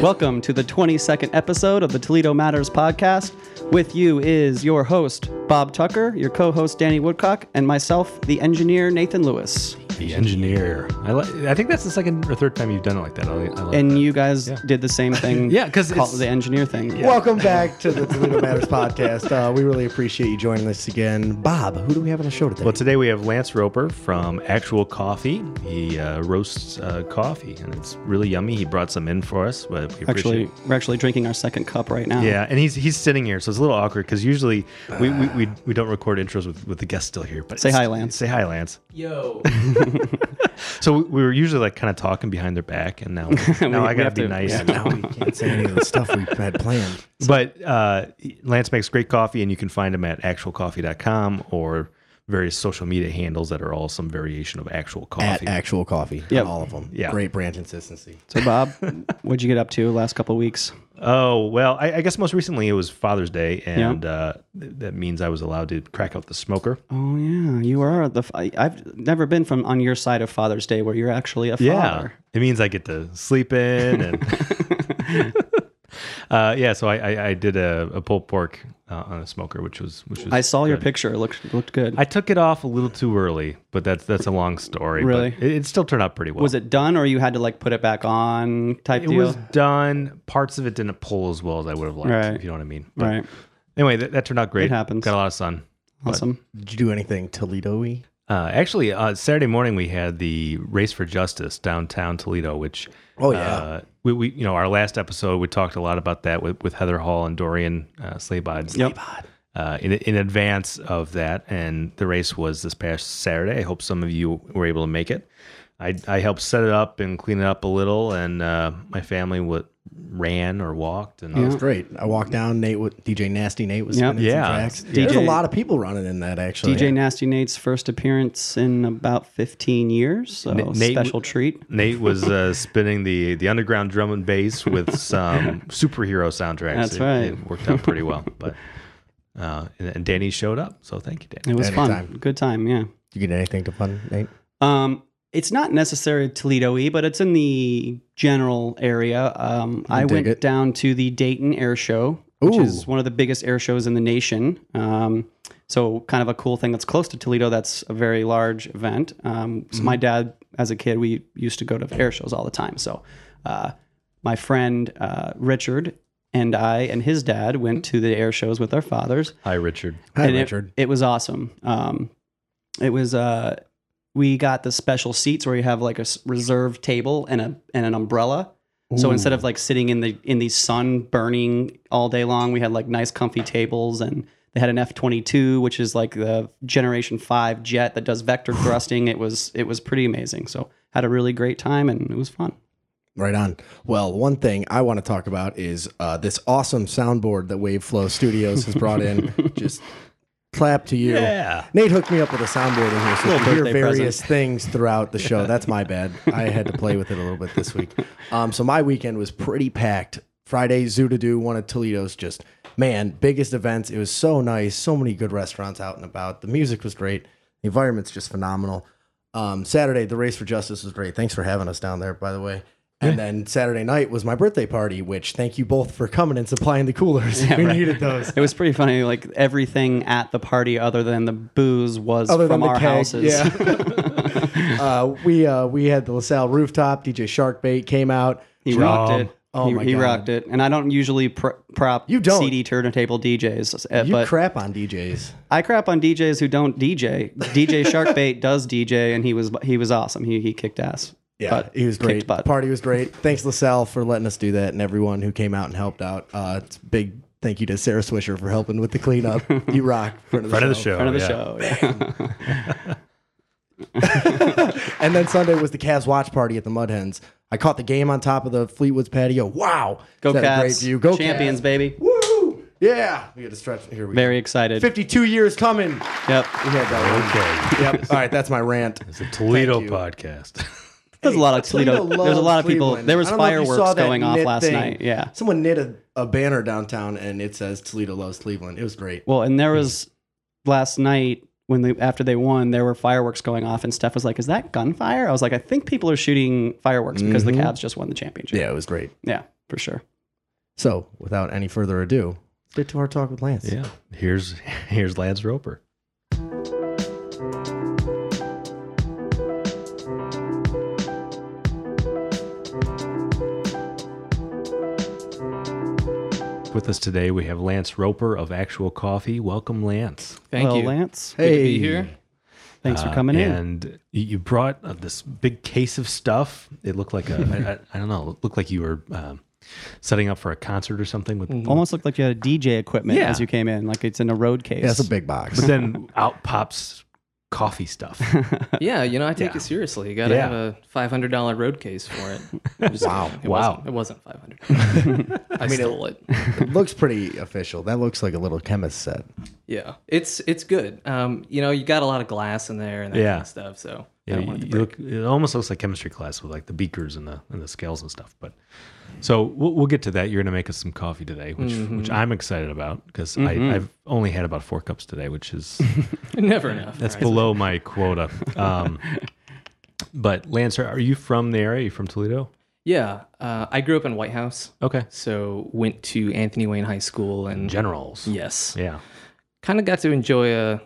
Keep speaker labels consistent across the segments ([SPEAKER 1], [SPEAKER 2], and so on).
[SPEAKER 1] Welcome to the 22nd episode of the Toledo Matters podcast. With you is your host, Bob Tucker, your co host, Danny Woodcock, and myself, the engineer, Nathan Lewis.
[SPEAKER 2] The engineer. I li- I think that's the second or third time you've done it like that. I, li- I like
[SPEAKER 1] And
[SPEAKER 2] that.
[SPEAKER 1] you guys
[SPEAKER 2] Yeah.
[SPEAKER 1] did the same thing.
[SPEAKER 2] Yeah, 'cause
[SPEAKER 1] call
[SPEAKER 2] it's-
[SPEAKER 1] it the engineer thing.
[SPEAKER 3] Welcome back to the Toledo Matters podcast. Uh, we really appreciate you joining us again. Bob, who do we have on the show today?
[SPEAKER 2] Well, today we have Lance Roper from Actual Coffee. He uh, roasts uh, coffee, and it's really yummy. He brought some in for us. But we appreciate
[SPEAKER 1] Actually,
[SPEAKER 2] it.
[SPEAKER 1] we're actually drinking our second cup right now.
[SPEAKER 2] Yeah, and he's he's sitting here, so it's a little awkward because usually we, we, we, we don't record intros with, with the guest still here. But
[SPEAKER 1] Say
[SPEAKER 2] it's-
[SPEAKER 1] hi, Lance.
[SPEAKER 2] Say hi, Lance.
[SPEAKER 4] Yo.
[SPEAKER 2] So we, we were usually like kind of talking behind their back, and now now
[SPEAKER 1] We-
[SPEAKER 2] I
[SPEAKER 1] we
[SPEAKER 2] gotta
[SPEAKER 1] have
[SPEAKER 2] be
[SPEAKER 1] to-
[SPEAKER 2] nice.
[SPEAKER 1] yeah,
[SPEAKER 3] now we can't say any of the stuff we had planned.
[SPEAKER 2] But uh, Lance makes great coffee, and you can find him at actualcoffee.com or various social media handles that are all some variation of actual
[SPEAKER 3] At
[SPEAKER 2] coffee.
[SPEAKER 3] actual coffee,
[SPEAKER 1] Yep.
[SPEAKER 3] all of them.
[SPEAKER 2] Yeah.
[SPEAKER 3] Great brand consistency.
[SPEAKER 1] So, Bob, what'd you get up to last couple of weeks?
[SPEAKER 2] oh, well, I, I guess most recently it was Father's Day, and
[SPEAKER 1] Yeah.
[SPEAKER 2] uh, th- that means I was allowed to crack out the smoker.
[SPEAKER 1] Oh, yeah. You are the. F- I, I've never been from on your side of Father's Day where you're actually a father.
[SPEAKER 2] It means I get to sleep in and. Uh, yeah, so I, I, I did a, a pulled pork uh, on a smoker, which was which was
[SPEAKER 1] I saw your
[SPEAKER 2] good.
[SPEAKER 1] picture. It looked, looked good.
[SPEAKER 2] I took it off a little too early, but that's that's a long story. but
[SPEAKER 1] Really?
[SPEAKER 2] it, it still turned out pretty well.
[SPEAKER 1] was it done or you had to like put it back on type
[SPEAKER 2] It
[SPEAKER 1] deal?
[SPEAKER 2] was done. Parts of it didn't pull as well as I would have liked,
[SPEAKER 1] Right.
[SPEAKER 2] if you know what I mean. But
[SPEAKER 1] right.
[SPEAKER 2] Anyway, that, that turned out great.
[SPEAKER 1] It happens.
[SPEAKER 2] Got a lot of sun.
[SPEAKER 1] Awesome.
[SPEAKER 3] Did you do anything Toledo-y?
[SPEAKER 2] Uh, actually, uh, Saturday morning we had the race for justice downtown Toledo, which
[SPEAKER 3] Oh, yeah.
[SPEAKER 2] uh, we, we you know our last episode we talked a lot about that with, with Heather Hall and Dorian uh, Sleibod.
[SPEAKER 1] Yep.
[SPEAKER 2] Uh, in, in advance of that, and the race was this past Saturday. I hope some of you were able to make it. I, I helped set it up and clean it up a little, and uh, my family w- ran or walked, and I was
[SPEAKER 3] It's great. I walked down. Nate, wa- DJ Nasty Nate was
[SPEAKER 1] Yep.
[SPEAKER 3] spinning some
[SPEAKER 2] Yeah.
[SPEAKER 3] tracks.
[SPEAKER 2] Yeah.
[SPEAKER 3] There's a
[SPEAKER 1] DJ
[SPEAKER 3] lot of people running in that actually.
[SPEAKER 1] DJ Nasty Nate's first appearance in about 15 years. So
[SPEAKER 2] Nate- Nate
[SPEAKER 1] special treat.
[SPEAKER 2] Nate was uh, spinning the the underground drum and bass with some superhero soundtracks.
[SPEAKER 1] That's
[SPEAKER 2] It-
[SPEAKER 1] right.
[SPEAKER 2] It worked out pretty well. But uh, and, and Danny showed up, so thank you, Danny.
[SPEAKER 1] It was fun.
[SPEAKER 3] Anytime.
[SPEAKER 1] Good time. Yeah.
[SPEAKER 3] Did you get anything to fun, Nate?
[SPEAKER 1] Um, it's not necessarily Toledo y, but it's in the general area. Um, I
[SPEAKER 3] dig
[SPEAKER 1] went
[SPEAKER 3] it.
[SPEAKER 1] down to the Dayton Air Show, which
[SPEAKER 3] Ooh.
[SPEAKER 1] is one of the biggest air shows in the nation. Um, so, kind of a cool thing that's close to Toledo. That's a very large event. Um, so
[SPEAKER 3] Mm-hmm.
[SPEAKER 1] My dad, as a kid, we used to go to air shows all the time. So, uh, my friend uh, Richard and I and his dad went to the air shows with our fathers
[SPEAKER 2] Hi, Richard.
[SPEAKER 3] Hi,
[SPEAKER 1] and it-
[SPEAKER 3] Richard.
[SPEAKER 1] It, was awesome. Um, it was uh, we got the special seats where you have like a s- reserved table and a and an umbrella. So instead of like sitting in the in the sun burning all day long, we had like nice comfy tables and they had an F twenty two, which is like the Generation Five jet that does vector thrusting. It was it was pretty amazing. So had a really great time and it was fun.
[SPEAKER 3] Right on. Well, one thing I want to talk about is uh, this awesome soundboard that Waveflow Studios has brought in. Just clap to you.
[SPEAKER 2] Yeah.
[SPEAKER 3] Nate hooked me up with a soundboard in here, so you can hear
[SPEAKER 1] birthday present.
[SPEAKER 3] various things throughout the show. That's my bad. I had to play with it a little bit this week. Um, so my weekend was pretty packed. Friday, Zoo to Do, one of Toledo's just man biggest events. It was so nice. So many good restaurants out and about. The music was great. The environment's just phenomenal. Um, Saturday, the race for justice was great. Thanks for having us down there, by the way. And then Saturday night was my birthday party, which thank you both for coming and supplying the coolers. we needed those.
[SPEAKER 1] It was pretty funny. Like everything at the party other than the booze was from our
[SPEAKER 3] keg,
[SPEAKER 1] houses.
[SPEAKER 3] Yeah. uh, we uh, we had the LaSalle rooftop. DJ Sharkbait came out.
[SPEAKER 1] He rocked it.
[SPEAKER 3] Oh
[SPEAKER 1] he,
[SPEAKER 3] my
[SPEAKER 1] he
[SPEAKER 3] God.
[SPEAKER 1] rocked it. And I don't usually pr- prop
[SPEAKER 3] You don't.
[SPEAKER 1] CD turntable DJs, uh,
[SPEAKER 3] You
[SPEAKER 1] but
[SPEAKER 3] crap on DJs.
[SPEAKER 1] I crap on DJs who don't DJ. DJ Sharkbait does DJ, and he was he was awesome. He he kicked ass.
[SPEAKER 3] Yeah,
[SPEAKER 1] But
[SPEAKER 3] he was
[SPEAKER 1] kicked
[SPEAKER 3] great.
[SPEAKER 1] butt.
[SPEAKER 3] Party was great. Thanks LaSalle for letting us do that, and everyone who came out and helped out. Uh, it's a big thank you to Sarah Swisher for helping with the cleanup. you rock. Front of the
[SPEAKER 2] Friend of the
[SPEAKER 3] show.
[SPEAKER 2] show.
[SPEAKER 1] front of the
[SPEAKER 2] yeah.
[SPEAKER 3] oh,
[SPEAKER 1] show. Yeah.
[SPEAKER 3] And then Sunday was the Cavs watch party at the Mud Hens. I caught the game on top of the Fleetwood's patio. Wow,
[SPEAKER 1] Go
[SPEAKER 3] Is that a
[SPEAKER 1] Cavs!
[SPEAKER 3] Great view. Go
[SPEAKER 1] champions,
[SPEAKER 3] Cavs.
[SPEAKER 1] baby.
[SPEAKER 3] Woo! Yeah, we had to stretch. Here we go.
[SPEAKER 1] Very excited.
[SPEAKER 3] Fifty-two years coming.
[SPEAKER 1] Yep.
[SPEAKER 3] We had that one.
[SPEAKER 2] Okay.
[SPEAKER 3] Yep. All right, that's my rant.
[SPEAKER 2] It's a Toledo
[SPEAKER 3] Thank you.
[SPEAKER 2] podcast.
[SPEAKER 1] There's a lot of Toledo. There's a lot of people. There was fireworks going off last night. Yeah.
[SPEAKER 3] Someone knit a, a banner downtown and it says Toledo loves Cleveland. It was great.
[SPEAKER 1] Well, and there was last night when they after they won, there were fireworks going off, and Steph was like, "Is that gunfire?" I was like, "I think people are shooting fireworks because the Cavs just won the championship."
[SPEAKER 3] it was great.
[SPEAKER 1] Yeah, for sure.
[SPEAKER 3] So, without any further ado, let's get to our talk with Lance.
[SPEAKER 2] Yeah. Here's here's Lance Roper. With us today, we have Lance Roper of Actual Coffee. Welcome, Lance.
[SPEAKER 4] Thank
[SPEAKER 1] Hello,
[SPEAKER 4] you.
[SPEAKER 1] Lance.
[SPEAKER 4] Good to
[SPEAKER 3] Hey.
[SPEAKER 4] be here.
[SPEAKER 1] Thanks for
[SPEAKER 2] Uh,
[SPEAKER 1] coming in.
[SPEAKER 2] and y- you brought uh, this big case of stuff. It looked like a, I, I, I don't know, it looked like you were um, setting up for a concert or something. With,
[SPEAKER 1] Almost looked like you had DJ equipment
[SPEAKER 2] Yeah.
[SPEAKER 1] as you came in, like it's in a road case.
[SPEAKER 3] Yeah, it's a big box.
[SPEAKER 2] But then out pops coffee stuff.
[SPEAKER 4] Yeah, you know, I take
[SPEAKER 2] Yeah.
[SPEAKER 4] it seriously. You got to
[SPEAKER 2] Yeah.
[SPEAKER 4] have a $500 road case for it. I'm just
[SPEAKER 3] Wow.
[SPEAKER 4] kidding. It
[SPEAKER 2] Wow.
[SPEAKER 4] Wasn't, it wasn't 500 I mean, stole it.
[SPEAKER 3] it looks pretty official. That looks like a little chemist set.
[SPEAKER 4] Yeah. It's it's good. Um, you know, you got a lot of glass in there and that
[SPEAKER 2] Yeah.
[SPEAKER 4] kind of stuff. So I
[SPEAKER 2] Yeah,
[SPEAKER 4] don't want it
[SPEAKER 2] you
[SPEAKER 4] to break.
[SPEAKER 2] look, it almost looks like chemistry class with like the beakers and the and the scales and stuff. But so we'll, we'll get to that. You're gonna make us some coffee today, which which I'm excited about because I I've only had about four cups today, which is
[SPEAKER 4] Never enough.
[SPEAKER 2] that's
[SPEAKER 4] right?
[SPEAKER 2] below my quota. Um, but Lance, are, are you from the area? Are you from Toledo?
[SPEAKER 4] Yeah. Uh, I grew up in White House.
[SPEAKER 2] Okay,
[SPEAKER 4] So went to Anthony Wayne High School and
[SPEAKER 2] generals.
[SPEAKER 4] yes,
[SPEAKER 2] Yeah,
[SPEAKER 4] kind of got to enjoy a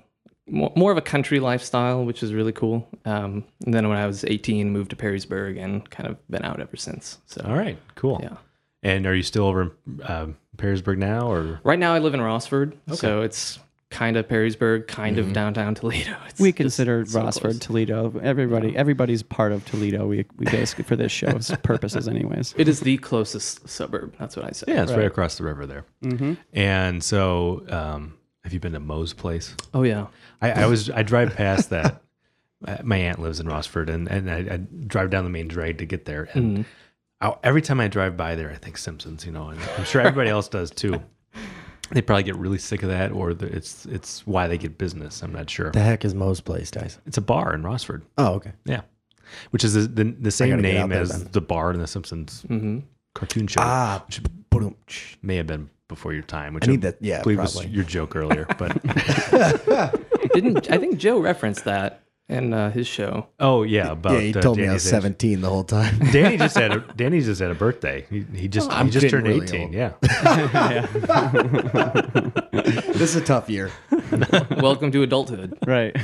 [SPEAKER 4] more, more of a country lifestyle, which is really cool. Um, and then when I was 18, moved to Perrysburg and kind of been out ever since. So
[SPEAKER 2] All right, cool.
[SPEAKER 4] Yeah.
[SPEAKER 2] And are you still over in um Perrysburg now, or
[SPEAKER 4] Right now, I live in Rossford, so it's kind of Perrysburg, kind of downtown Toledo. It's
[SPEAKER 1] we
[SPEAKER 4] just
[SPEAKER 1] consider
[SPEAKER 4] so
[SPEAKER 1] Rossford
[SPEAKER 4] close.
[SPEAKER 1] Toledo. Everybody, everybody's part of Toledo. We we basically for this show's purposes, anyways.
[SPEAKER 4] It is the closest suburb. That's what I say.
[SPEAKER 2] yeah, it's right, across the river there. And so, um, have you been to Moe's place?
[SPEAKER 4] Oh yeah.
[SPEAKER 2] I, I was I drive past that. Uh, My aunt lives in Rossford, and and I, I drive down the main drag to get there. And
[SPEAKER 3] Mm.
[SPEAKER 2] I, every time I drive by there, I think Simpsons, you know, and I'm sure everybody else does too. They probably get really sick of that, or the, it's it's why they get business. I'm not sure.
[SPEAKER 3] The heck is Moe's place, Tyson?
[SPEAKER 2] It's a bar in Rossford,
[SPEAKER 3] Oh, okay.
[SPEAKER 2] yeah, which is the the, the same
[SPEAKER 3] gotta get
[SPEAKER 2] name
[SPEAKER 3] out there
[SPEAKER 2] as
[SPEAKER 3] then. Mm-hmm.
[SPEAKER 2] the bar in the Simpsons
[SPEAKER 4] hmm
[SPEAKER 2] cartoon show.
[SPEAKER 3] Ah, ba-dum-tsh.
[SPEAKER 2] May have been before your time, which
[SPEAKER 3] I need that. Yeah,
[SPEAKER 2] believe was
[SPEAKER 3] probably.
[SPEAKER 2] your joke earlier, but
[SPEAKER 4] Didn't I think Joe referenced that in uh, his show?
[SPEAKER 2] oh yeah, about
[SPEAKER 3] yeah, he
[SPEAKER 2] uh,
[SPEAKER 3] told me I was
[SPEAKER 2] Danny's age.
[SPEAKER 3] 17 the whole time.
[SPEAKER 2] Danny just had a, Danny just had a birthday. He, he
[SPEAKER 4] Oh,
[SPEAKER 2] just
[SPEAKER 3] I'm
[SPEAKER 2] he just
[SPEAKER 3] getting
[SPEAKER 2] turned
[SPEAKER 3] really
[SPEAKER 2] 18.
[SPEAKER 3] old.
[SPEAKER 2] Yeah.
[SPEAKER 3] this is a tough year.
[SPEAKER 4] Welcome to adulthood.
[SPEAKER 1] Right.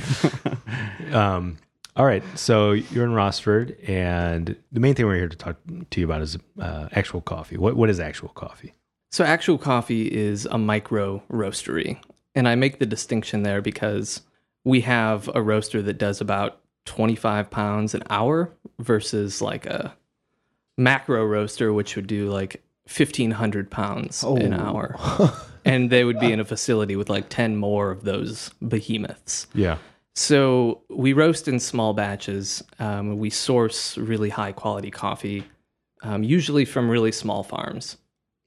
[SPEAKER 2] Um, all right. So you're in Rossford, and the main thing we're here to talk to you about is uh, actual coffee. What what is actual coffee?
[SPEAKER 4] So actual coffee is a micro roastery, and I make the distinction there because we have a roaster that does about 25 pounds an hour versus like a macro roaster which would do like 1500 pounds an hour and they would be in a facility with like 10 more of those behemoths
[SPEAKER 2] Yeah.
[SPEAKER 4] so we roast in small batches. Um, we source really high quality coffee, um, usually from really small farms.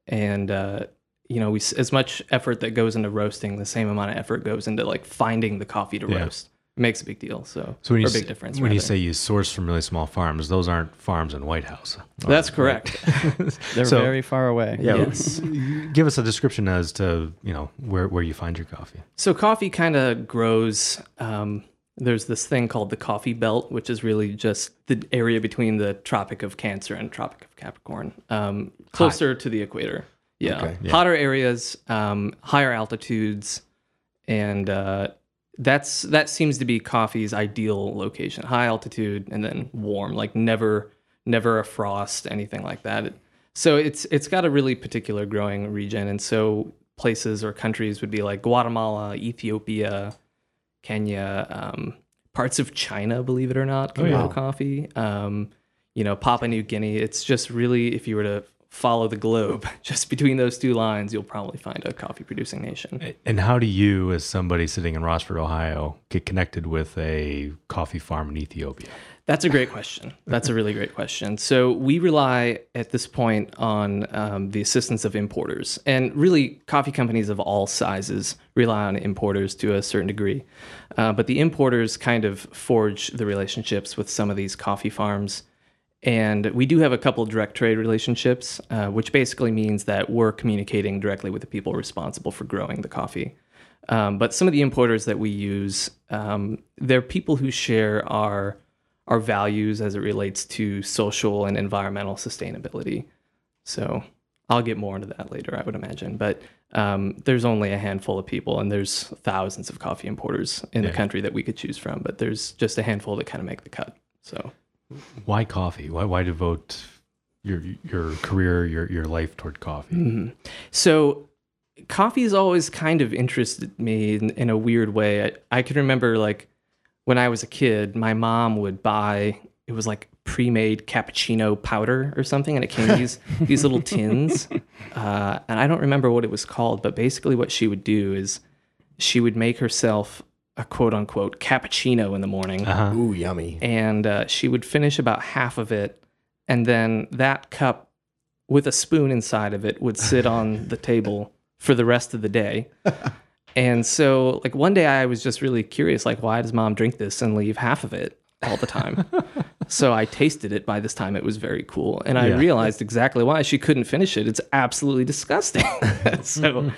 [SPEAKER 4] And uh, you know, we s- as much effort that goes into roasting, the same amount of effort goes into like finding the coffee to
[SPEAKER 2] Yeah.
[SPEAKER 4] roast. It makes a big deal. So,
[SPEAKER 2] So when you
[SPEAKER 4] or a big
[SPEAKER 2] s-
[SPEAKER 4] difference.
[SPEAKER 2] when you
[SPEAKER 4] rather.
[SPEAKER 2] say you source from really small farms, those aren't farms in White House.
[SPEAKER 4] that's correct.
[SPEAKER 1] They're
[SPEAKER 2] So-
[SPEAKER 1] very far away.
[SPEAKER 2] Yeah.
[SPEAKER 4] yes.
[SPEAKER 2] Give us a description as to you know where where you find your coffee.
[SPEAKER 4] So coffee kind of grows. Um, there's this thing called the coffee belt, which is really just the area between the Tropic of Cancer and Tropic of Capricorn, um, closer to the equator. Yeah.
[SPEAKER 3] Okay,
[SPEAKER 4] hotter areas, um, higher altitudes, and uh, that's that seems to be coffee's ideal location: high altitude and then warm, like never, never a frost, anything like that. So it's it's got a really particular growing region, and so places or countries would be like Guatemala, Ethiopia, Kenya, um, parts of China, believe it or not, can grow
[SPEAKER 2] yeah.
[SPEAKER 4] coffee. Um, you know, Papua New Guinea. It's just really, if you were to follow the globe, just between those two lines, you'll probably find a coffee producing nation.
[SPEAKER 2] And how do you, as somebody sitting in Rossford, Ohio, get connected with a coffee farm in Ethiopia?
[SPEAKER 4] That's a great question. That's a really great question. So we rely at this point on um, the assistance of importers, and really coffee companies of all sizes rely on importers to a certain degree. Uh, but the importers kind of forge the relationships with some of these coffee farms. And we do have a couple direct trade relationships, uh, which basically means that we're communicating directly with the people responsible for growing the coffee. Um, but some of the importers that we use, um, they're people who share our our values as it relates to social and environmental sustainability. So I'll get more into that later, I would imagine. But um, there's only a handful of people, and there's thousands of coffee importers in the country that we could choose from. But there's just a handful that kind of make the cut. So
[SPEAKER 2] Why coffee? Why why devote your your career, your your life toward coffee?
[SPEAKER 4] So coffee has always kind of interested me in, in a weird way. I, I can remember like when I was a kid, my mom would buy it was like pre-made cappuccino powder or something, and it came in these these little tins. Uh, and I don't remember what it was called, but basically what she would do is she would make herself a quote unquote cappuccino in the morning
[SPEAKER 3] Ooh, yummy.
[SPEAKER 4] and uh, she would finish about half of it, and then that cup with a spoon inside of it would sit on the table for the rest of the day. And so, like one day, I was just really curious, like, why does mom drink this and leave half of it all the time? so I tasted it. By this time, it was very cool, and I
[SPEAKER 2] Yeah.
[SPEAKER 4] realized exactly why she couldn't finish it. It's absolutely disgusting. so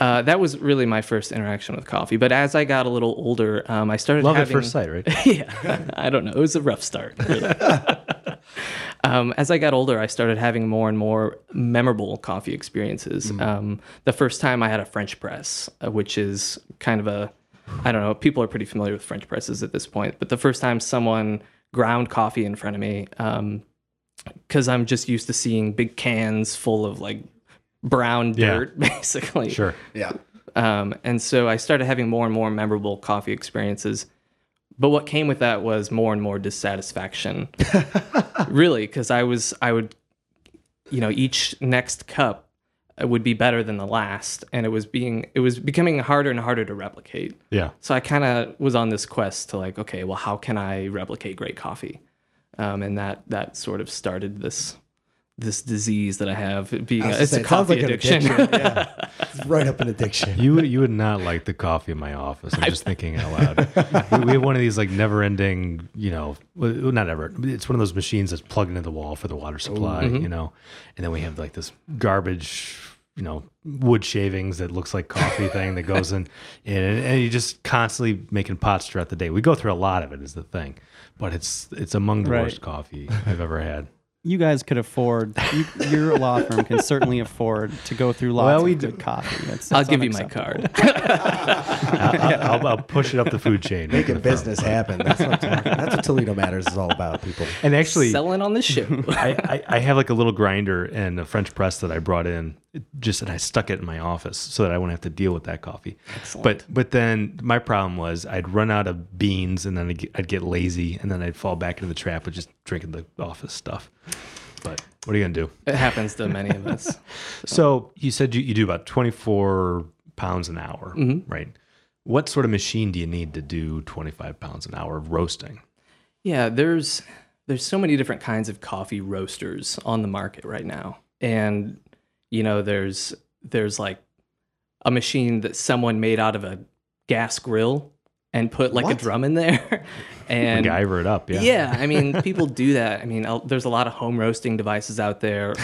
[SPEAKER 4] uh, that was really my first interaction with coffee. But as I got a little older, um, I started
[SPEAKER 2] Love
[SPEAKER 4] having
[SPEAKER 2] at first sight, right?
[SPEAKER 4] yeah, I don't know. It was a rough start. really. um, as I got older, I started having more and more memorable coffee experiences.
[SPEAKER 2] Mm-hmm.
[SPEAKER 4] Um, the first time I had a French press, uh, which is kind of a, I don't know, people are pretty familiar with French presses at this point, but the first time someone ground coffee in front of me, because I'm just used to seeing big cans full of like brown
[SPEAKER 2] Yeah.
[SPEAKER 4] dirt, basically.
[SPEAKER 2] Sure.
[SPEAKER 3] Yeah.
[SPEAKER 4] Um, and so I started having more and more memorable coffee experiences. But what came with that was more and more dissatisfaction. really, because I was, I would, you know, each next cup uh, would be better than the last, and it was being, it was becoming harder and harder to replicate.
[SPEAKER 2] Yeah.
[SPEAKER 4] So I kind of was on this quest to like, okay, well, how can I replicate great coffee? Um, and that that sort of started this this disease that I have. it Being
[SPEAKER 3] I was
[SPEAKER 4] it's
[SPEAKER 3] gonna
[SPEAKER 4] a
[SPEAKER 3] say, it sounds
[SPEAKER 4] coffee
[SPEAKER 3] like an
[SPEAKER 4] addiction.
[SPEAKER 3] yeah. It's right up an addiction.
[SPEAKER 2] You would, you would not like the coffee in my office. I'm just thinking out loud. We, we have one of these like never ending, you know, well, not ever. It's one of those machines that's plugged into the wall for the water supply, you know, and then we have like this garbage, you know, wood shavings that looks like coffee thing that goes in, in and, and you're just constantly making pots throughout the day. We go through a lot of it is the thing, but it's, it's among the
[SPEAKER 1] Right.
[SPEAKER 2] worst coffee I've ever had.
[SPEAKER 1] You guys could afford. You, your law firm can certainly afford to go through lots
[SPEAKER 2] Well, we
[SPEAKER 1] of
[SPEAKER 2] do-
[SPEAKER 1] good coffee. That's,
[SPEAKER 4] I'll
[SPEAKER 1] that's
[SPEAKER 4] give you my
[SPEAKER 1] unacceptable.
[SPEAKER 4] card.
[SPEAKER 2] I'll, I'll, I'll push it up the food chain.
[SPEAKER 3] Making business happen. That's what, I'm talking- that's what Toledo Matters is all about, people.
[SPEAKER 2] And actually,
[SPEAKER 4] selling on the show.
[SPEAKER 2] I, I, I have like a little grinder and a French press that I brought in, it just and I stuck it in my office so that I wouldn't have to deal with that coffee.
[SPEAKER 4] Excellent.
[SPEAKER 2] But but then my problem was I'd run out of beans and then I'd get, I'd get lazy and then I'd fall back into the trap of just drinking the office stuff. But what are you gonna do?
[SPEAKER 4] it happens to many of us.
[SPEAKER 2] So you said you, you do about twenty four pounds an hour,
[SPEAKER 4] Mm-hmm.
[SPEAKER 2] right? What sort of machine do you need to do twenty five pounds an hour of roasting?
[SPEAKER 4] Yeah, there's there's so many different kinds of coffee roasters on the market right now. And you know, there's there's like a machine that someone made out of a gas grill and put like
[SPEAKER 3] What?
[SPEAKER 4] a drum in there and
[SPEAKER 2] Guyver it up, yeah.
[SPEAKER 4] yeah. I mean, people do that. I mean, I'll, there's a lot of home roasting devices out there.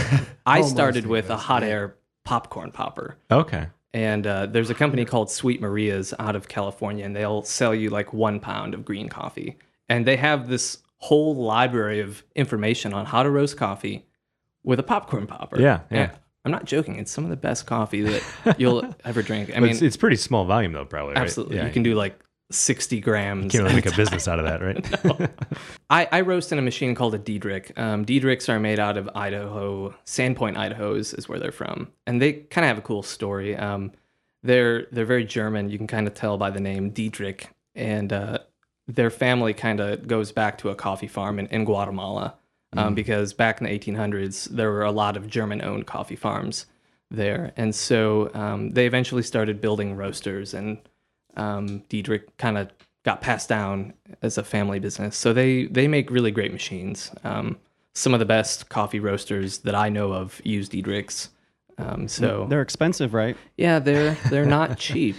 [SPEAKER 4] I
[SPEAKER 3] Home
[SPEAKER 4] started
[SPEAKER 3] roasting
[SPEAKER 4] with a
[SPEAKER 3] devices,
[SPEAKER 4] hot air popcorn popper.
[SPEAKER 2] Okay.
[SPEAKER 4] And uh, there's a company called Sweet Maria's out of California, and they'll sell you like one pound of green coffee. And they have this whole library of information on how to roast coffee with a popcorn popper.
[SPEAKER 2] Yeah, yeah.
[SPEAKER 4] And I'm not joking. It's some of the best coffee that you'll ever drink. I
[SPEAKER 2] But
[SPEAKER 4] mean,
[SPEAKER 2] it's, it's pretty small volume though, probably. right?
[SPEAKER 4] absolutely.
[SPEAKER 2] Yeah,
[SPEAKER 4] you can do like 60 grams.
[SPEAKER 2] Can't really
[SPEAKER 4] at
[SPEAKER 2] make a business out of that, right?
[SPEAKER 4] I, I roast in a machine called a Diedrich. Um, Diedrichs are made out of Idaho, Sandpoint, Idaho is, is where they're from, and they kind of have a cool story. Um, they're they're very German. You can kind of tell by the name Diedrich, and uh, their family kind of goes back to a coffee farm in, in Guatemala, um, because back in the 1800s there were a lot of German-owned coffee farms there, and so um, they eventually started building roasters and um, Diedrich kind of got passed down as a family business. So they they make really great machines. Um, some of the best coffee roasters that I know of use Diedrichs. Um, so
[SPEAKER 1] They're expensive, right?
[SPEAKER 4] yeah, they're they're not cheap,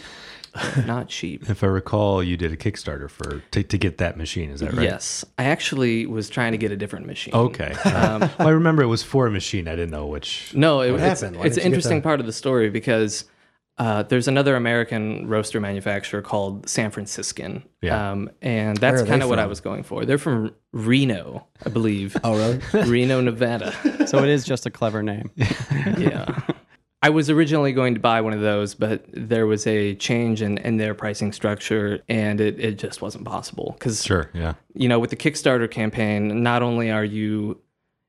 [SPEAKER 4] They're not cheap.
[SPEAKER 2] if I recall, you did a Kickstarter for to, to get that machine. Is that right?
[SPEAKER 4] Yes, I actually was trying to get a different machine.
[SPEAKER 2] Okay.
[SPEAKER 4] Um,
[SPEAKER 2] Uh, well, I remember it was for a machine. I didn't know which.
[SPEAKER 4] No, it, it's,
[SPEAKER 3] happened? Why didn't you
[SPEAKER 4] it's an
[SPEAKER 3] get
[SPEAKER 4] interesting
[SPEAKER 3] the-
[SPEAKER 4] part of the story because Uh, there's another American roaster manufacturer called San Franciscan,
[SPEAKER 2] Yeah.
[SPEAKER 4] um, and that's
[SPEAKER 3] are they
[SPEAKER 4] kind of what I
[SPEAKER 3] from?
[SPEAKER 4] was going for. They're from Reno, I believe,
[SPEAKER 3] Oh, really?
[SPEAKER 4] Reno, Nevada.
[SPEAKER 1] So it is just a clever name.
[SPEAKER 4] yeah. I was originally going to buy one of those, but there was a change in, in their pricing structure, and it, it just wasn't possible. Because
[SPEAKER 2] Sure. Yeah.
[SPEAKER 4] you know, with the Kickstarter campaign, not only are you,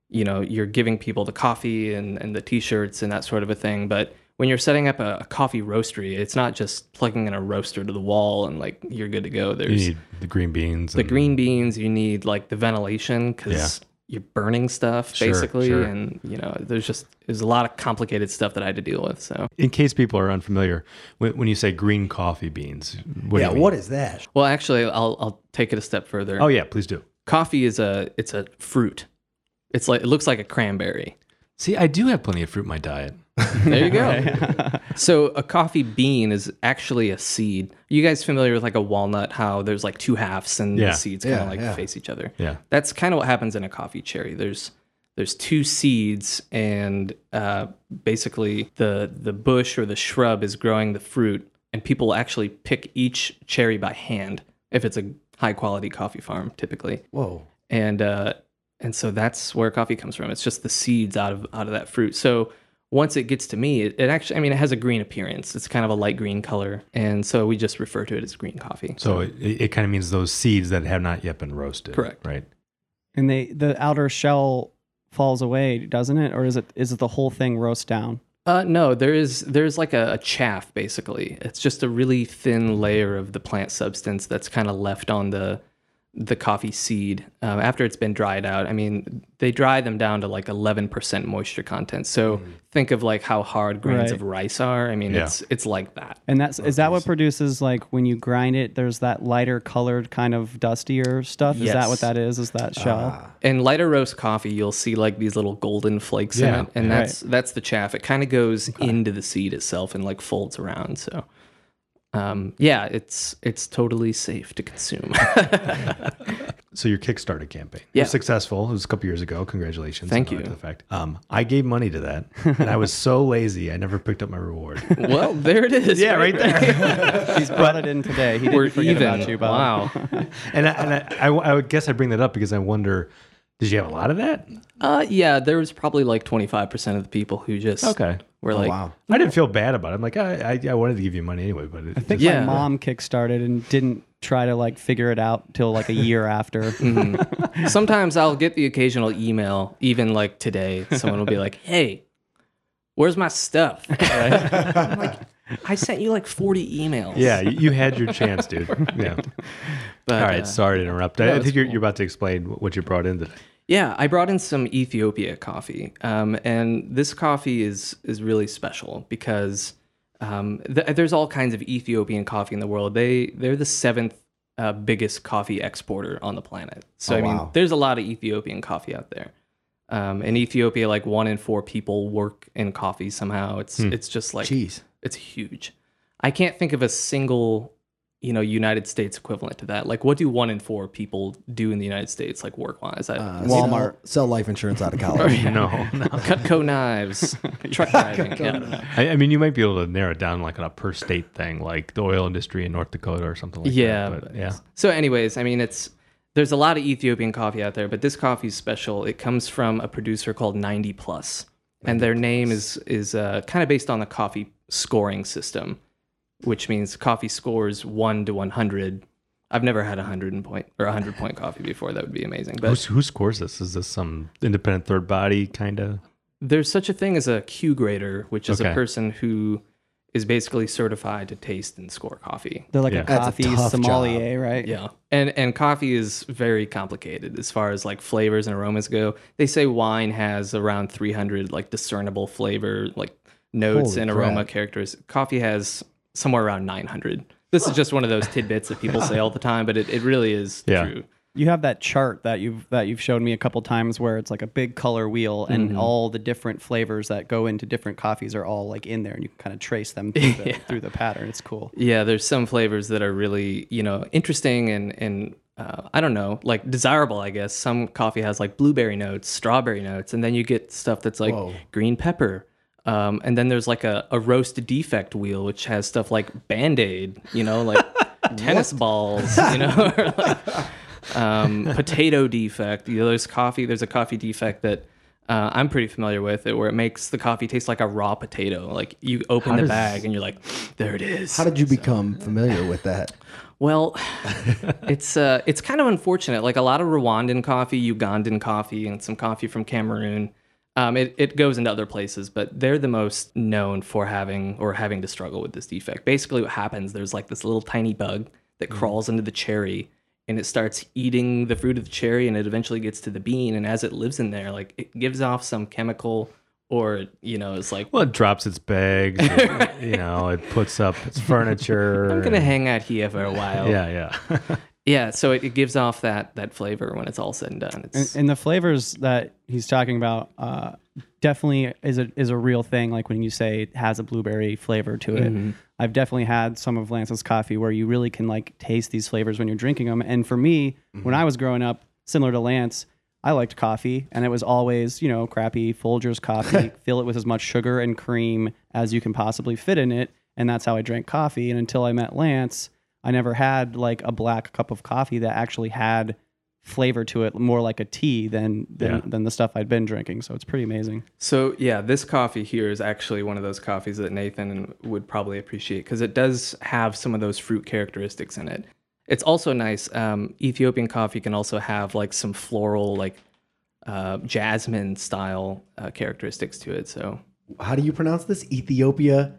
[SPEAKER 4] you know, you're giving people the coffee and, and the t-shirts and that sort of a thing, but when you're setting up a, a coffee roastery, it's not just plugging in a roaster to the wall and like you're good to go.
[SPEAKER 2] You
[SPEAKER 4] There's
[SPEAKER 2] need the green beans.
[SPEAKER 4] the green beans, you need like the ventilation because you're burning stuff
[SPEAKER 2] Sure,
[SPEAKER 4] basically,
[SPEAKER 2] sure.
[SPEAKER 4] and you know, there's just there's a lot of complicated stuff that I had to deal with. So,
[SPEAKER 2] In case people are unfamiliar, when, when you say green coffee beans, what
[SPEAKER 3] yeah.
[SPEAKER 2] do you
[SPEAKER 3] What
[SPEAKER 2] mean?
[SPEAKER 3] is that?
[SPEAKER 4] well, actually, I'll I'll take it a step further.
[SPEAKER 2] Oh yeah, please do.
[SPEAKER 4] Coffee is a it's a fruit. It's like it looks like a cranberry.
[SPEAKER 2] See, I do have plenty of fruit in my diet.
[SPEAKER 4] There you go. so a coffee bean is actually a seed. Are you guys familiar with like a walnut? How there's like two halves and
[SPEAKER 2] Yeah.
[SPEAKER 4] the seeds kind of
[SPEAKER 3] Yeah,
[SPEAKER 4] like
[SPEAKER 3] yeah.
[SPEAKER 4] face each other.
[SPEAKER 2] Yeah.
[SPEAKER 4] That's kind of what happens in a coffee cherry. There's there's two seeds and uh, basically the the bush or the shrub is growing the fruit and people actually pick each cherry by hand if it's a high quality coffee farm typically
[SPEAKER 3] Whoa.
[SPEAKER 4] and uh, and so that's where coffee comes from. It's just the seeds out of out of that fruit. So once it gets to me, it, it actually, I mean, it has a green appearance. It's kind of a light green color, and so we just refer to it as green coffee.
[SPEAKER 2] So it, it kind of means those seeds that have not yet been roasted.
[SPEAKER 4] Correct.
[SPEAKER 2] Right.
[SPEAKER 1] And they the outer shell falls away, doesn't it? Or is it is it the whole thing roast down?
[SPEAKER 4] Uh, no, there is there's like a, a chaff basically. It's just a really thin layer of the plant substance that's kind of left on the the coffee seed um, after it's been dried out. I mean, they dry them down to like 11% moisture content. So think of like how hard grains
[SPEAKER 1] Right.
[SPEAKER 4] of rice are. I mean,
[SPEAKER 2] Yeah.
[SPEAKER 4] it's it's like that.
[SPEAKER 1] And that's is that what produces like when you grind it? There's that lighter colored kind of dustier stuff. Is that what
[SPEAKER 4] Yes.
[SPEAKER 1] that is? Is that shell?
[SPEAKER 2] Ah.
[SPEAKER 4] In lighter roast coffee, you'll see like these little golden flakes
[SPEAKER 2] Yeah,
[SPEAKER 4] in it, and that's that's the chaff. It kind of goes into the seed itself and like folds around. So, um, yeah, it's it's totally safe to consume.
[SPEAKER 2] So your Kickstarter campaign
[SPEAKER 4] Yeah.
[SPEAKER 2] was successful. It was a couple years ago. Congratulations.
[SPEAKER 4] Thank
[SPEAKER 2] on
[SPEAKER 4] you.
[SPEAKER 2] that To the fact, um, I gave money to that, and I was so lazy, I never picked up my reward.
[SPEAKER 4] well, there it is.
[SPEAKER 2] yeah, right there.
[SPEAKER 1] He's brought it in today. He didn't
[SPEAKER 4] We're
[SPEAKER 1] forget
[SPEAKER 4] even.
[SPEAKER 1] about you, Bob.
[SPEAKER 4] wow.
[SPEAKER 2] and I, and I, I, I would guess I bring that up because I wonder, did you have a lot of that?
[SPEAKER 4] Uh, yeah, there was probably like twenty five percent of the people who just
[SPEAKER 2] Okay.
[SPEAKER 4] were like,
[SPEAKER 3] wow.
[SPEAKER 2] I didn't feel bad about it. I'm like, I, I, I wanted to give you money anyway, but it
[SPEAKER 1] I think
[SPEAKER 4] Yeah.
[SPEAKER 1] my mom kickstarted and didn't try to like figure it out till like a year after.
[SPEAKER 3] Mm-hmm.
[SPEAKER 4] Sometimes I'll get the occasional email, even like today, someone will be like, "Hey, where's my stuff?" I'm like, I sent you like 40 emails.
[SPEAKER 2] yeah, you, you had your chance, dude. Yeah.
[SPEAKER 4] But,
[SPEAKER 2] All right.
[SPEAKER 4] uh,
[SPEAKER 2] sorry to interrupt. I, I
[SPEAKER 4] that's
[SPEAKER 2] think you're, you're about to explain wh- what you brought in today.
[SPEAKER 4] yeah, I brought in some Ethiopia coffee, um, and this coffee is is really special because um, th- there's all kinds of Ethiopian coffee in the world. They they're the seventh uh, biggest coffee exporter on the planet. So I mean,
[SPEAKER 3] Oh, wow.
[SPEAKER 4] there's a lot of Ethiopian coffee out there. Um, in Ethiopia, like one in four people work in coffee somehow. It's it's just like
[SPEAKER 3] Hmm. Jeez.
[SPEAKER 4] it's huge. I can't think of a single, you know, United States equivalent to that. Like, what do one in four people do in the United States, like work wise?
[SPEAKER 3] Uh,
[SPEAKER 1] Walmart.
[SPEAKER 3] Sell, sell life insurance out of college.
[SPEAKER 2] No, no.
[SPEAKER 4] Cutco knives, truck driving. yeah.
[SPEAKER 2] I, I mean, you might be able to narrow it down like on a per state thing, like the oil industry in North Dakota or something like that.
[SPEAKER 4] Yeah,
[SPEAKER 2] but
[SPEAKER 4] but-
[SPEAKER 2] yeah.
[SPEAKER 4] So, anyways, I mean, it's there's a lot of Ethiopian coffee out there, but this coffee is special. It comes from a producer called 90 Plus, and their name is is uh, kind of based on the coffee scoring system, which means coffee scores one to 100. I've never had a hundred and point or a hundred point coffee before. That would be amazing. But
[SPEAKER 2] Who's, who scores this? Is this some independent third body kind of?
[SPEAKER 4] there's such a thing as a Q grader, which is
[SPEAKER 2] Okay.
[SPEAKER 4] a person who is basically certified to taste and score coffee.
[SPEAKER 1] They're like
[SPEAKER 2] Yeah.
[SPEAKER 1] a
[SPEAKER 3] That's a
[SPEAKER 1] coffee
[SPEAKER 3] tough
[SPEAKER 1] sommelier, right?
[SPEAKER 4] Yeah. And and coffee is very complicated as far as like flavors and aromas go. They say wine has around 300 like discernible flavor like notes
[SPEAKER 3] Holy
[SPEAKER 4] and
[SPEAKER 3] crap.
[SPEAKER 4] aroma characters. Coffee has somewhere around 900. This is just one of those tidbits that people say all the time, but it, it really is
[SPEAKER 2] Yeah.
[SPEAKER 4] true.
[SPEAKER 1] You have that chart that you've that you've shown me a couple times where it's like a big color wheel and
[SPEAKER 3] Mm-hmm.
[SPEAKER 1] all the different flavors that go into different coffees are all like in there and you can kind of trace them through the, through the pattern. It's cool.
[SPEAKER 4] Yeah, there's some flavors that are really, you know, interesting and and uh, I don't know, like desirable, I guess. Some coffee has like blueberry notes, strawberry notes, and then you get stuff that's like green pepper, Um, and then there's like a, a roast defect wheel, which has stuff like band aid, you know, like tennis balls, you know, or like, um, potato defect. You know, there's coffee, there's a coffee defect that uh, I'm pretty familiar with it, where it makes the coffee taste like a raw potato. Like you open the
[SPEAKER 2] does-
[SPEAKER 4] bag and you're like, there it is.
[SPEAKER 3] How did you become familiar with that?
[SPEAKER 4] Well, it's uh, it's kind of unfortunate. Like a lot of Rwandan coffee, Ugandan coffee, and some coffee from Cameroon. Um, it, it goes into other places, but they're the most known for having or having to struggle with this defect. Basically, what happens there's like this little tiny bug that crawls into the cherry and it starts eating the fruit of the cherry and it eventually gets to the bean. And as it lives in there, like it gives off some chemical or, you know, it's like,
[SPEAKER 2] Well, it drops its bags. it- you know, it puts up its furniture.
[SPEAKER 4] I'm going to
[SPEAKER 2] and-
[SPEAKER 4] hang out here for a while.
[SPEAKER 2] Yeah, yeah.
[SPEAKER 4] Yeah, so it, it gives off that that flavor when it's all said and done. It's
[SPEAKER 1] And, and the flavors that he's talking about uh, definitely is a is a real thing. Like when you say it has a blueberry flavor to it, I've definitely had some of Lance's coffee where you really can like taste these flavors when you're drinking them. And for me, when I was growing up, similar to Lance. I liked coffee, and it was always, you know, crappy Folgers coffee. fill it with as much sugar and cream as you can possibly fit in it, and that's how I drank coffee. And until I met Lance, I never had like a black cup of coffee that actually had flavor to it, more like a tea than than,
[SPEAKER 2] Yeah.
[SPEAKER 1] than the stuff I'd been drinking. So it's pretty amazing.
[SPEAKER 4] So yeah, this coffee here is actually one of those coffees that Nathan would probably appreciate because it does have some of those fruit characteristics in it. It's also nice. Um, Ethiopian coffee can also have like some floral, like uh, jasmine style uh, characteristics to it. So
[SPEAKER 3] How do you pronounce this? Ethiopia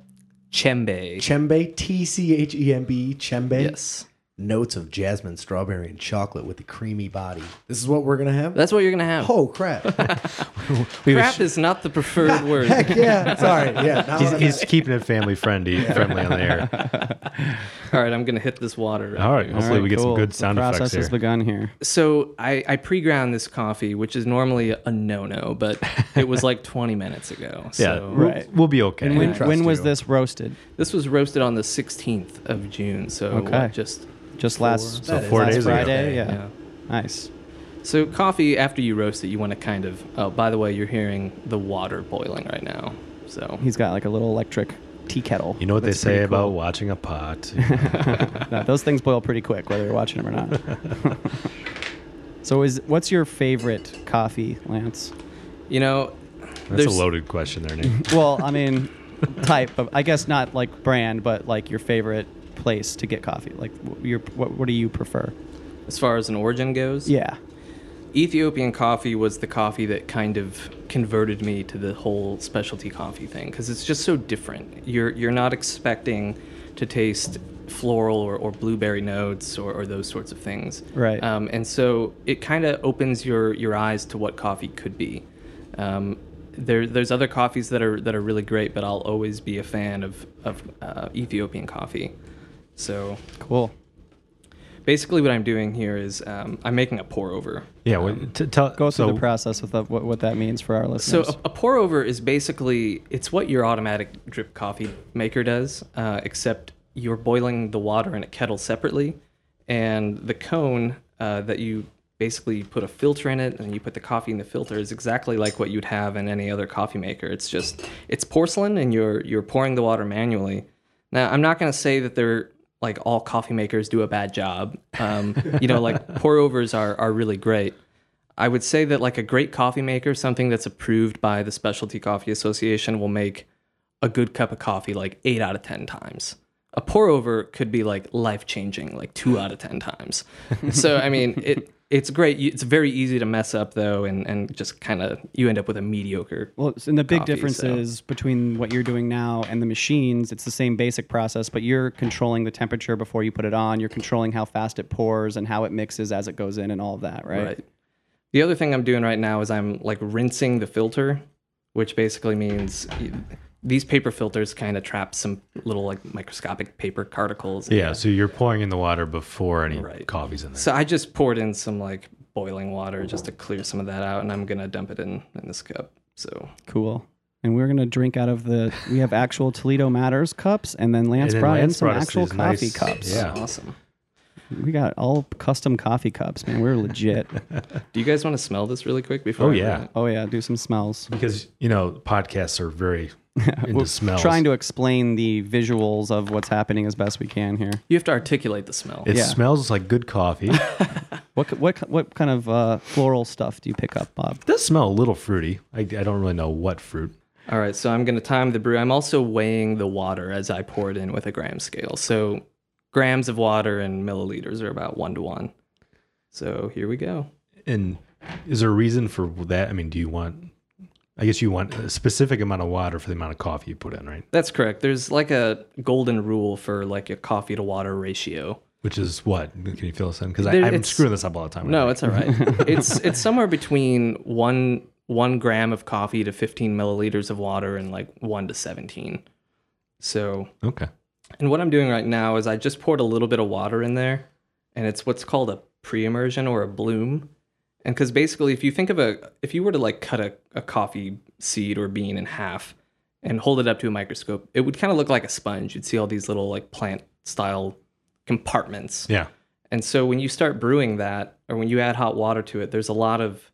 [SPEAKER 4] chembe,
[SPEAKER 3] chembe, T C H E M B E chembe.
[SPEAKER 4] yes,
[SPEAKER 3] Notes of jasmine, strawberry, and chocolate with a creamy body. This is what we're gonna have.
[SPEAKER 4] that's what you're gonna have.
[SPEAKER 3] oh crap!
[SPEAKER 4] Crap is not the preferred word.
[SPEAKER 3] Heck yeah! Sorry, yeah. now
[SPEAKER 2] He's,
[SPEAKER 3] I'm-
[SPEAKER 2] he's keeping it family friendly, friendly on the air.
[SPEAKER 4] All right, I'm gonna hit this water.
[SPEAKER 2] All right. Hopefully,
[SPEAKER 1] All right,
[SPEAKER 2] we get
[SPEAKER 1] cool.
[SPEAKER 2] some good sound
[SPEAKER 1] the
[SPEAKER 2] effects
[SPEAKER 1] process
[SPEAKER 2] here.
[SPEAKER 1] has begun here.
[SPEAKER 4] so I, I pre-ground this coffee, which is normally a no-no, but it was like 20 minutes ago.
[SPEAKER 2] yeah,
[SPEAKER 4] So.
[SPEAKER 2] we'll-
[SPEAKER 1] Right.
[SPEAKER 2] We'll, be okay.
[SPEAKER 1] And when,
[SPEAKER 3] trust
[SPEAKER 1] when was
[SPEAKER 3] you.
[SPEAKER 1] this roasted?
[SPEAKER 4] This was roasted on the 16th of June, so
[SPEAKER 1] Okay.
[SPEAKER 4] what, just
[SPEAKER 1] Just last
[SPEAKER 3] That is
[SPEAKER 2] four
[SPEAKER 1] last
[SPEAKER 2] days ago.
[SPEAKER 1] Friday. Yeah.
[SPEAKER 4] yeah.
[SPEAKER 1] nice.
[SPEAKER 4] So coffee after you roast it, you want to kind of. Oh, by the way, you're hearing the water boiling right now. So
[SPEAKER 1] He's got like a little electric tea kettle.
[SPEAKER 2] you know what they
[SPEAKER 1] That's
[SPEAKER 2] say
[SPEAKER 1] pretty
[SPEAKER 2] about
[SPEAKER 1] cool.
[SPEAKER 2] watching a pot.
[SPEAKER 1] No, those things boil pretty quick, whether you're watching them or not. so is what's your favorite coffee, Lance?
[SPEAKER 4] you know,
[SPEAKER 2] That's a
[SPEAKER 4] there's
[SPEAKER 2] loaded question there, Nate.
[SPEAKER 1] Well, I mean, type of I guess not like brand, but like your favorite place to get coffee. Like wh- your what, what do you prefer?
[SPEAKER 4] as far as an origin goes.
[SPEAKER 1] Yeah.
[SPEAKER 4] Ethiopian coffee was the coffee that kind of converted me to the whole specialty coffee thing because it's just so different. You're you're not expecting to taste floral or, or blueberry notes or, or those sorts of things.
[SPEAKER 1] Right.
[SPEAKER 4] Um, and so it kind of opens your your eyes to what coffee could be. Um, there, there's other coffees that are that are really great, but I'll always be a fan of of uh, Ethiopian coffee. So
[SPEAKER 1] Cool.
[SPEAKER 4] basically, what I'm doing here is um, I'm making a pour over.
[SPEAKER 2] Yeah. What t- tell,
[SPEAKER 1] Go through
[SPEAKER 2] so,
[SPEAKER 1] the process with the, what, what that means for our
[SPEAKER 4] So uh,
[SPEAKER 1] listeners.
[SPEAKER 4] a, a pour over is basically it's what your automatic drip coffee maker does, uh, except you're boiling the water in a kettle separately, and the cone uh, that you basically put a filter in it and you put the coffee in the filter is exactly like what you'd have in any other coffee maker. It's just it's porcelain, and you're you're pouring the water manually. Now I'm not gonna say that they're like all coffee makers do a bad job. Um, you know, like pour overs are are really great. I would say that like a great coffee maker, something that's approved by the Specialty Coffee Association, will make a good cup of coffee like eight out of ten times. A pour over could be like life changing, like two out of ten times. So I mean, it it's great. You- It's very easy to mess up though, and and just kind of you end up with a mediocre.
[SPEAKER 1] Well, it's- and the big
[SPEAKER 4] coffee,
[SPEAKER 1] difference
[SPEAKER 4] so-
[SPEAKER 1] is between what you're doing now and the machines, it's the same basic process, but you're controlling the temperature before you put it on. You're controlling how fast it pours and how it mixes as it goes in and all of that, right?
[SPEAKER 4] Right. The other thing I'm doing right now is I'm like rinsing the filter, which basically means you- these paper filters kind of trap some little like microscopic paper particles. in
[SPEAKER 2] Yeah. So you're pouring in the water before any coffee's in there.
[SPEAKER 4] So I just poured in some like boiling water just to clear some of that out, and I'm gonna dump it in in this cup. So
[SPEAKER 1] Cool. And we're gonna drink out of the. We have actual Toledo Matters cups, and then Lance
[SPEAKER 2] And then
[SPEAKER 1] brought in
[SPEAKER 2] Lance
[SPEAKER 1] some
[SPEAKER 2] brought us
[SPEAKER 1] actual
[SPEAKER 2] these
[SPEAKER 1] coffee
[SPEAKER 2] nice-
[SPEAKER 1] cups.
[SPEAKER 2] Yeah.
[SPEAKER 4] awesome.
[SPEAKER 1] We got all custom coffee cups, man. We're legit.
[SPEAKER 4] Do you guys want to smell this really quick before?
[SPEAKER 2] Oh,
[SPEAKER 4] I
[SPEAKER 2] yeah.
[SPEAKER 4] run it?
[SPEAKER 1] oh yeah, do some smells.
[SPEAKER 2] because you know podcasts are very into smells.
[SPEAKER 1] Trying to explain the visuals of what's happening as best we can here.
[SPEAKER 4] You have to articulate the smell.
[SPEAKER 2] it
[SPEAKER 1] yeah.
[SPEAKER 2] smells like good coffee. it
[SPEAKER 1] What what what kind of uh, floral stuff do you pick up, Bob?
[SPEAKER 2] does smell a little fruity. I, I don't really know what fruit.
[SPEAKER 4] All right, so I'm going to time the brew. I'm also weighing the water as I pour it in with a gram scale. So grams of water and milliliters are about one to one. So here we go.
[SPEAKER 2] And is there a reason for that? I mean, do you want? I guess you want a specific amount of water for the amount of coffee you put in, right?
[SPEAKER 4] That's correct. There's like a golden rule for like a coffee to water ratio.
[SPEAKER 2] Which is what? Can you fill us in? Because
[SPEAKER 4] There-
[SPEAKER 2] I'm
[SPEAKER 4] it's-
[SPEAKER 2] screwing this up all the time.
[SPEAKER 4] No, it's all right. it's it's somewhere between one one gram of coffee to 15 milliliters of water and like one to 17. So
[SPEAKER 2] okay.
[SPEAKER 4] And what I'm doing right now is I just poured a little bit of water in there, and it's what's called a pre-immersion or a bloom. And because basically, if you think of a, if you were to like cut a, a coffee seed or bean in half and hold it up to a microscope, it would kind of look like a sponge. You'd see all these little like plant style compartments.
[SPEAKER 2] Yeah.
[SPEAKER 4] And so when you start brewing that, or when you add hot water to it, there's a lot of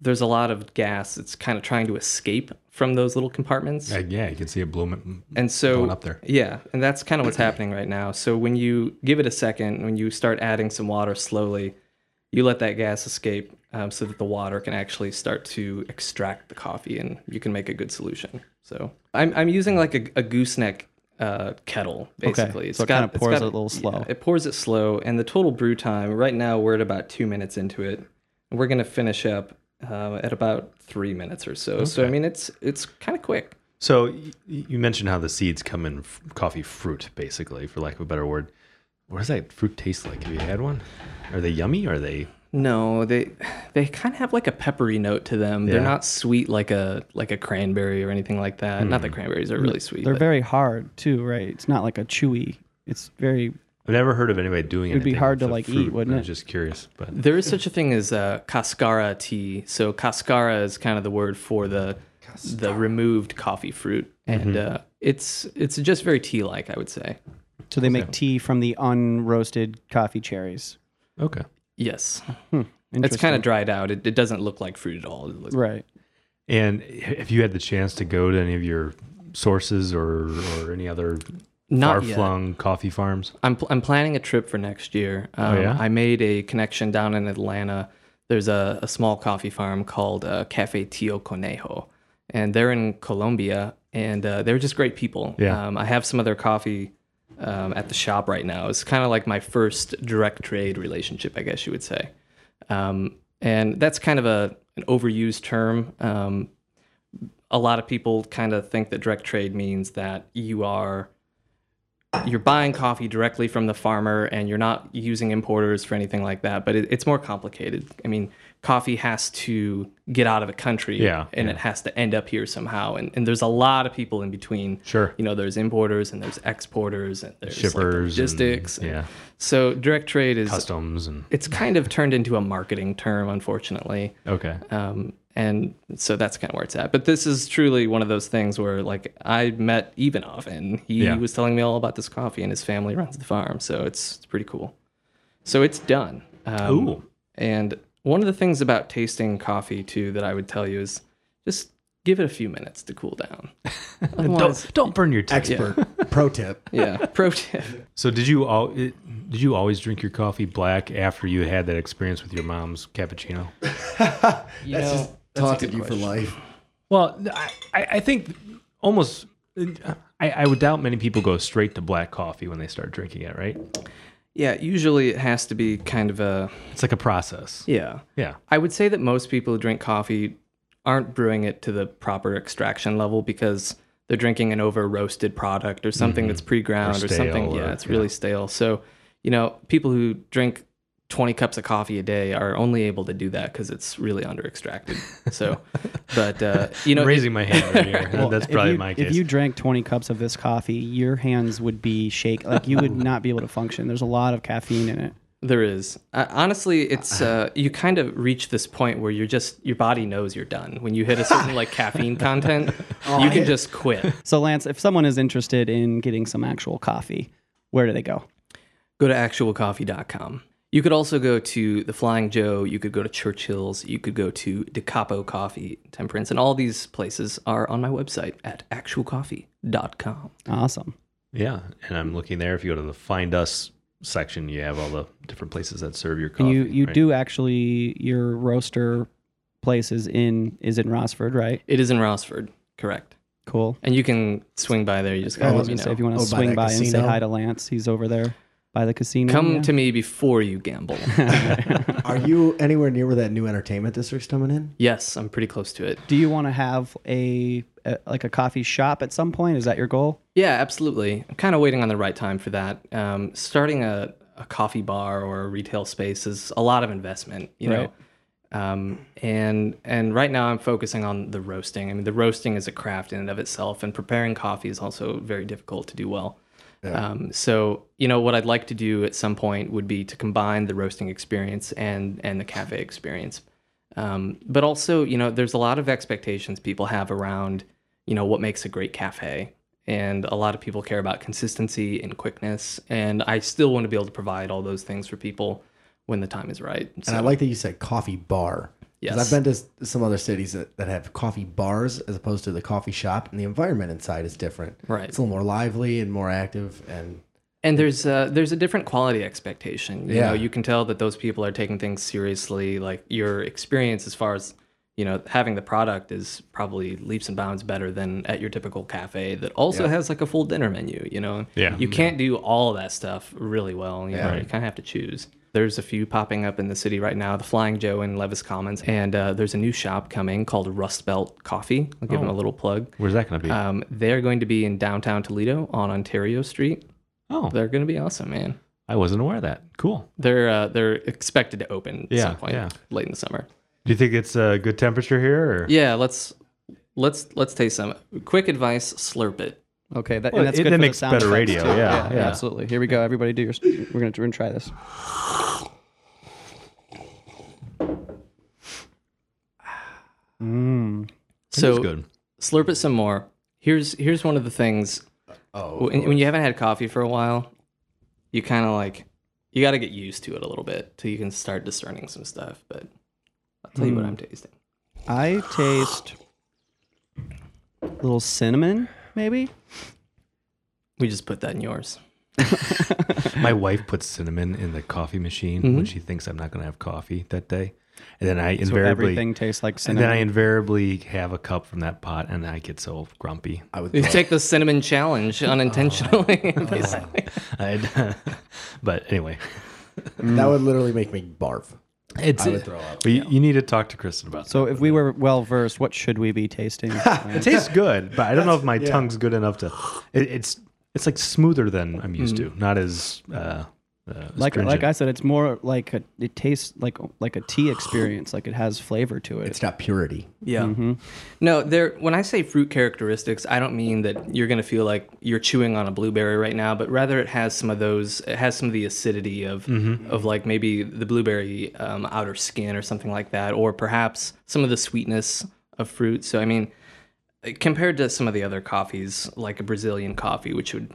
[SPEAKER 4] there's a lot of gas that's kind of trying to escape from those little compartments.
[SPEAKER 2] Uh, yeah, you can see it blooming.
[SPEAKER 4] And so
[SPEAKER 2] going up there.
[SPEAKER 4] Yeah, and that's kind of what's happening right now. So when you give it a second, when you start adding some water slowly, you let that gas escape um, so that the water can actually start to extract the coffee and you can make a good solution. So I'm I'm using like a, a gooseneck uh, kettle basically.
[SPEAKER 1] so it kinda
[SPEAKER 4] it's
[SPEAKER 1] pours it a little slow.
[SPEAKER 4] yeah, it pours it slow, and the total brew time right now we're at about two minutes into it. We're gonna finish up uh, at about three minutes or so. So I mean it's it's kind of quick.
[SPEAKER 2] So y- you mentioned how the seeds come in f- coffee fruit, basically, for lack of a better word. What does that fruit taste like? Have you had one? Are they yummy? Are they?
[SPEAKER 4] No, they they kind of have like a peppery note to them. They're
[SPEAKER 2] Yeah.
[SPEAKER 4] not sweet like a like a cranberry or anything like that. Not that cranberries are really sweet.
[SPEAKER 1] Hmm. They're
[SPEAKER 4] but-
[SPEAKER 1] very hard too, right? It's not like a chewy. It's very
[SPEAKER 2] I've never heard of anybody doing it.
[SPEAKER 1] It'd be hard to, like, eat, wouldn't
[SPEAKER 2] I was
[SPEAKER 1] it?
[SPEAKER 2] just curious, but
[SPEAKER 4] there is such a thing as uh, cascara tea. So cascara is kind of the word for the the removed coffee fruit, and
[SPEAKER 1] Mm-hmm.
[SPEAKER 4] uh, it's it's just very tea like. I would say
[SPEAKER 1] so they make tea from the unroasted coffee cherries.
[SPEAKER 2] okay.
[SPEAKER 4] yes. It's
[SPEAKER 1] Hmm. Interesting.
[SPEAKER 4] kind of dried out. It, it doesn't look like fruit at all. It looks,
[SPEAKER 1] right.
[SPEAKER 2] And have you had the chance to go to any of your sources or or any other far
[SPEAKER 4] Not yet.
[SPEAKER 2] flung coffee farms?
[SPEAKER 4] I'm, pl- I'm planning a trip for next year. Um,
[SPEAKER 2] Oh, yeah?
[SPEAKER 4] I made a connection down in Atlanta. There's a, a small coffee farm called uh, Cafe Tio Conejo, and they're in Colombia, and uh, they're just great people.
[SPEAKER 2] Yeah.
[SPEAKER 4] Um, I have some of their coffee um, at the shop right now. It's kind of like my first direct trade relationship, I guess you would say. Um, and that's kind of a, an overused term. Um, a lot of people kind of think that direct trade means that you are you're buying coffee directly from the farmer and you're not using importers for anything like that but it, it's more complicated i mean coffee has to get out of a country
[SPEAKER 2] Yeah,
[SPEAKER 4] and it has to end up here somehow and, and there's a lot of people in between
[SPEAKER 2] Sure.
[SPEAKER 4] you know there's importers and there's exporters and there's like,
[SPEAKER 2] Shippers and-
[SPEAKER 4] logistics and-
[SPEAKER 2] yeah.
[SPEAKER 4] Uh, so direct trade is
[SPEAKER 2] Customs and
[SPEAKER 4] it's kind of turned into a marketing term unfortunately
[SPEAKER 2] okay.
[SPEAKER 4] um, and so that's kind of where it's at. But this is truly one of those things where, like, I met Ivanov, and he
[SPEAKER 2] Yeah.
[SPEAKER 4] was telling me all about this coffee, and his family runs the farm, so it's it's pretty cool. So it's done. Um,
[SPEAKER 2] Ooh.
[SPEAKER 4] And one of the things about tasting coffee too that I would tell you is just give it a few minutes to cool down. Otherwise-
[SPEAKER 2] Don't don't burn your tongue.
[SPEAKER 3] Expert. Pro tip.
[SPEAKER 4] yeah. Pro tip.
[SPEAKER 2] So did you all? Did you always drink your coffee black after you had that experience with your mom's cappuccino?
[SPEAKER 4] You know, that's a
[SPEAKER 3] Taunted
[SPEAKER 4] good
[SPEAKER 3] you for
[SPEAKER 4] question.
[SPEAKER 3] life.
[SPEAKER 2] Well, I, I I think almost. I, I would doubt many people go straight to black coffee when they start drinking it. Right?
[SPEAKER 4] Yeah. Usually it has to be kind of a
[SPEAKER 2] It's like a process.
[SPEAKER 4] yeah.
[SPEAKER 2] Yeah.
[SPEAKER 4] I would say that most people who drink coffee aren't brewing it to the proper extraction level because they're drinking an over roasted product or something that's pre ground or,
[SPEAKER 2] stale
[SPEAKER 4] something.
[SPEAKER 2] Mm-hmm. or-
[SPEAKER 4] yeah, it's really stale. So, you know, people who drink 20 cups of coffee a day are only able to do that because it's really under extracted. So, but, uh, you know,
[SPEAKER 2] I'm raising my hand right here.
[SPEAKER 1] Well,
[SPEAKER 2] That's
[SPEAKER 1] if
[SPEAKER 2] probably
[SPEAKER 1] you-
[SPEAKER 2] my
[SPEAKER 1] If
[SPEAKER 2] case.
[SPEAKER 1] you drank 20 cups of this coffee, your hands would be shake. Like you would not be able to function. There's a lot of caffeine in it.
[SPEAKER 4] There is. Uh, honestly, it's uh, you kind of reach this point where you're just your body knows you're done. When you hit a certain like caffeine content,
[SPEAKER 2] Oh,
[SPEAKER 4] you can just quit.
[SPEAKER 1] So Lance, if someone is interested in getting some actual coffee, where do they go?
[SPEAKER 4] go to actualcoffee.com. You could also go to the Flying Joe, you could go to Churchill's, you could go to DeCapo Coffee, Temperance, and all these places are on my website at actualcoffee.com.
[SPEAKER 1] Awesome.
[SPEAKER 2] Yeah, and I'm looking there. If you go to the Find Us section, you have all the different places that serve your
[SPEAKER 1] And
[SPEAKER 2] coffee.
[SPEAKER 1] you you
[SPEAKER 2] right?
[SPEAKER 1] do actually your roaster place is in is in Rossford, right?
[SPEAKER 4] It is in Rossford, correct.
[SPEAKER 1] Cool.
[SPEAKER 4] And you can swing by there. You just
[SPEAKER 1] I
[SPEAKER 4] gotta
[SPEAKER 1] was
[SPEAKER 4] let
[SPEAKER 1] gonna
[SPEAKER 4] me
[SPEAKER 1] say
[SPEAKER 4] know.
[SPEAKER 1] if you want
[SPEAKER 3] Oh,
[SPEAKER 1] to
[SPEAKER 3] by
[SPEAKER 1] swing
[SPEAKER 3] that
[SPEAKER 1] by and say
[SPEAKER 3] casino?
[SPEAKER 1] hi to Lance, he's over there by the casino.
[SPEAKER 4] Come
[SPEAKER 1] yeah.
[SPEAKER 4] to me before you gamble.
[SPEAKER 3] Are you anywhere near where that new entertainment district's coming in?
[SPEAKER 4] yes, I'm pretty close to it.
[SPEAKER 1] Do you want to have a, a like a coffee shop at some point? Is that your goal?
[SPEAKER 4] Yeah, absolutely. I'm kind of waiting on the right time for that. Um, starting a, a coffee bar or a retail space is a lot of investment, you
[SPEAKER 1] Right.
[SPEAKER 4] know. Um, and and right now I'm focusing on the roasting. I mean, the roasting is a craft in and of itself, and preparing coffee is also very difficult to do well. Um, so you know what I'd like to do at some point would be to combine the roasting experience and and the cafe experience. Um, but also, you know, there's a lot of expectations people have around, you know, what makes a great cafe. And a lot of people care about consistency and quickness. And I still want to be able to provide all those things for people when the time is right. So,
[SPEAKER 3] And I like that you said coffee bar. 'Cause
[SPEAKER 4] Yes.
[SPEAKER 3] I've been to s- some other cities that, that have coffee bars as opposed to the coffee shop, and the environment inside is different.
[SPEAKER 4] Right.
[SPEAKER 3] It's a little more lively and more active. And
[SPEAKER 4] and there's a, there's a different quality expectation. You
[SPEAKER 3] Yeah.
[SPEAKER 4] know, you can tell that those people are taking things seriously. Like your experience as far as, you know, having the product is probably leaps and bounds better than at your typical cafe that also has like a full dinner menu, you know?
[SPEAKER 2] Yeah.
[SPEAKER 4] You can't do all that stuff really well. You, know? you
[SPEAKER 2] Right.
[SPEAKER 4] kind of have to choose. There's a few popping up in the city right now, the Flying Joe in Levis Commons. And uh, there's a new shop coming called Rust Belt Coffee. I'll give them a little plug.
[SPEAKER 2] Where's that going to be?
[SPEAKER 1] Uh,
[SPEAKER 4] Um, they're going to be in downtown Toledo on Ontario Street.
[SPEAKER 2] oh,
[SPEAKER 4] They're going to be awesome, man.
[SPEAKER 2] I wasn't aware of that. Cool.
[SPEAKER 4] They're uh, they're expected to open at
[SPEAKER 2] Yeah,
[SPEAKER 4] some point
[SPEAKER 2] yeah.
[SPEAKER 4] late in the summer.
[SPEAKER 2] Do you think it's a good temperature here? Or?
[SPEAKER 4] Yeah, let's let's let's taste some. Quick advice: slurp it.
[SPEAKER 1] Okay, that,
[SPEAKER 2] Well,
[SPEAKER 1] and that's
[SPEAKER 2] it-
[SPEAKER 1] good
[SPEAKER 2] that
[SPEAKER 1] for
[SPEAKER 2] makes
[SPEAKER 1] the sound
[SPEAKER 2] better
[SPEAKER 1] effects,
[SPEAKER 2] radio,
[SPEAKER 1] too.
[SPEAKER 2] yeah, yeah.
[SPEAKER 1] absolutely. Here we go. Everybody, do your. We're gonna, we're gonna try this. Mm.
[SPEAKER 2] so
[SPEAKER 4] So
[SPEAKER 2] good.
[SPEAKER 4] slurp it some more. Here's here's one of the things.
[SPEAKER 3] oh,
[SPEAKER 4] When, when you haven't had coffee for a while, you kind of like you got to get used to it a little bit till you can start discerning some stuff. But I'll tell you
[SPEAKER 2] Hmm.
[SPEAKER 4] what I'm tasting.
[SPEAKER 1] I taste a little cinnamon, maybe.
[SPEAKER 4] We just put that in yours.
[SPEAKER 2] My wife puts cinnamon in the coffee machine when she thinks I'm not going to have coffee that day, and then I
[SPEAKER 1] Mm-hmm. So
[SPEAKER 2] invariably
[SPEAKER 1] everything tastes like
[SPEAKER 2] and then I
[SPEAKER 1] cinnamon.
[SPEAKER 2] invariably have a cup from that pot, and I get so grumpy.
[SPEAKER 3] I would
[SPEAKER 4] You take the cinnamon challenge
[SPEAKER 2] Oh.
[SPEAKER 4] unintentionally.
[SPEAKER 2] I'd, but anyway,
[SPEAKER 4] Mm.
[SPEAKER 3] that would literally make me barf.
[SPEAKER 2] it's
[SPEAKER 3] I would throw up.
[SPEAKER 2] But you, you need to talk to Kristen about.
[SPEAKER 1] so if we were well versed, what should we be tasting?
[SPEAKER 2] that. It tastes good, but I don't know if my
[SPEAKER 3] yeah.
[SPEAKER 2] tongue's good enough to. It, it's it's like smoother than I'm used to. Not as uh, uh,
[SPEAKER 1] Mm-hmm. like
[SPEAKER 2] astringent.
[SPEAKER 1] like I said, it's more like a, it tastes like like a tea experience. Like it has flavor to it.
[SPEAKER 3] It's got purity.
[SPEAKER 4] Yeah. Mm-hmm. No, there. When I say fruit characteristics, I don't mean that you're gonna feel like you're chewing on a blueberry right now, but rather it has some of those. It has some of the acidity of of like maybe the blueberry um, outer skin or something like that, or perhaps some of the sweetness of fruit. So I mean, compared to some of the other coffees, like a Brazilian coffee, which would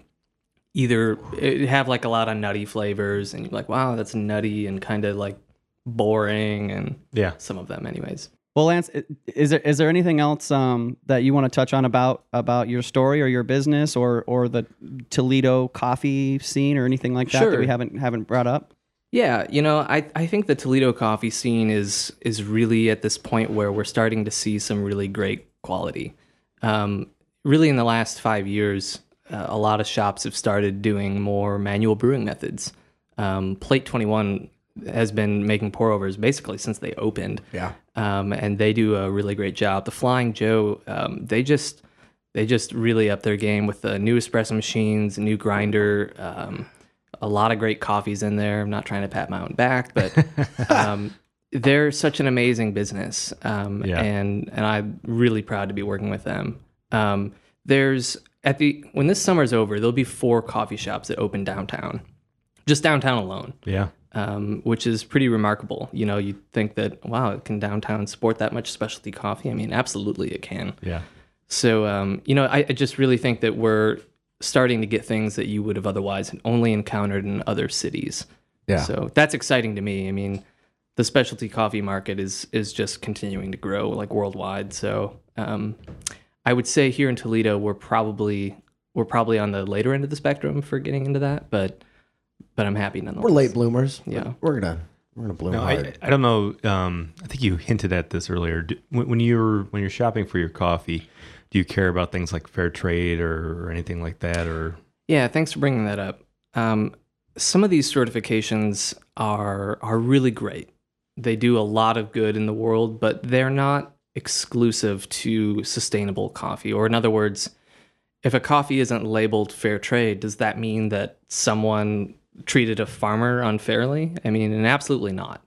[SPEAKER 4] either it'd have like a lot of nutty flavors, and you're like, wow, that's nutty and kind of like boring, and
[SPEAKER 2] yeah.
[SPEAKER 4] some of them, anyways.
[SPEAKER 1] Well, Lance, i- is there is there anything else um, that you want to touch on about about your story or your business or or the Toledo coffee scene or anything like that that we
[SPEAKER 4] Sure.
[SPEAKER 1] haven't haven't brought up?
[SPEAKER 4] Yeah, you know, I, I think the Toledo coffee scene is is really at this point where we're starting to see some really great quality. Um, really, in the last five years, uh, a lot of shops have started doing more manual brewing methods. Um, Plate Twenty One has been making pour overs basically since they opened
[SPEAKER 3] Yeah.
[SPEAKER 4] um, and they do a really great job. The Flying Joe, um, they just they just really up their game with the new espresso machines, new grinder, um, a lot of great coffees in there. I'm not trying to pat my own back, but um, they're such an amazing business, um,
[SPEAKER 2] Yeah.
[SPEAKER 4] and and I'm really proud to be working with them. Um, there's at the when this summer's over, there'll be four coffee shops that open downtown, just downtown alone
[SPEAKER 2] Yeah.
[SPEAKER 4] um, which is pretty remarkable. You know, you think that wow, can downtown support that much specialty coffee? I mean, absolutely, it can.
[SPEAKER 2] Yeah.
[SPEAKER 4] So, um, you know, I, I just really think that we're starting to get things that you would have otherwise only encountered in other cities.
[SPEAKER 3] Yeah.
[SPEAKER 4] So that's exciting to me. I mean, the specialty coffee market is is just continuing to grow like worldwide. So um, I would say here in Toledo, we're probably we're probably on the later end of the spectrum for getting into that, but but I'm happy nonetheless.
[SPEAKER 3] We're late bloomers.
[SPEAKER 4] Yeah.
[SPEAKER 3] We're gonna we're gonna bloom
[SPEAKER 2] No, I,
[SPEAKER 3] hard.
[SPEAKER 2] I don't know. Um, I think you hinted at this earlier. Do, when, when you're when you're shopping for your coffee, do you care about things like fair trade or, or anything like that? Or
[SPEAKER 4] Yeah, thanks for bringing that up. Um, some of these certifications are are really great. They do a lot of good in the world, but they're not exclusive to sustainable coffee. Or in other words, if a coffee isn't labeled fair trade, does that mean that someone treated a farmer unfairly? I mean, and absolutely not.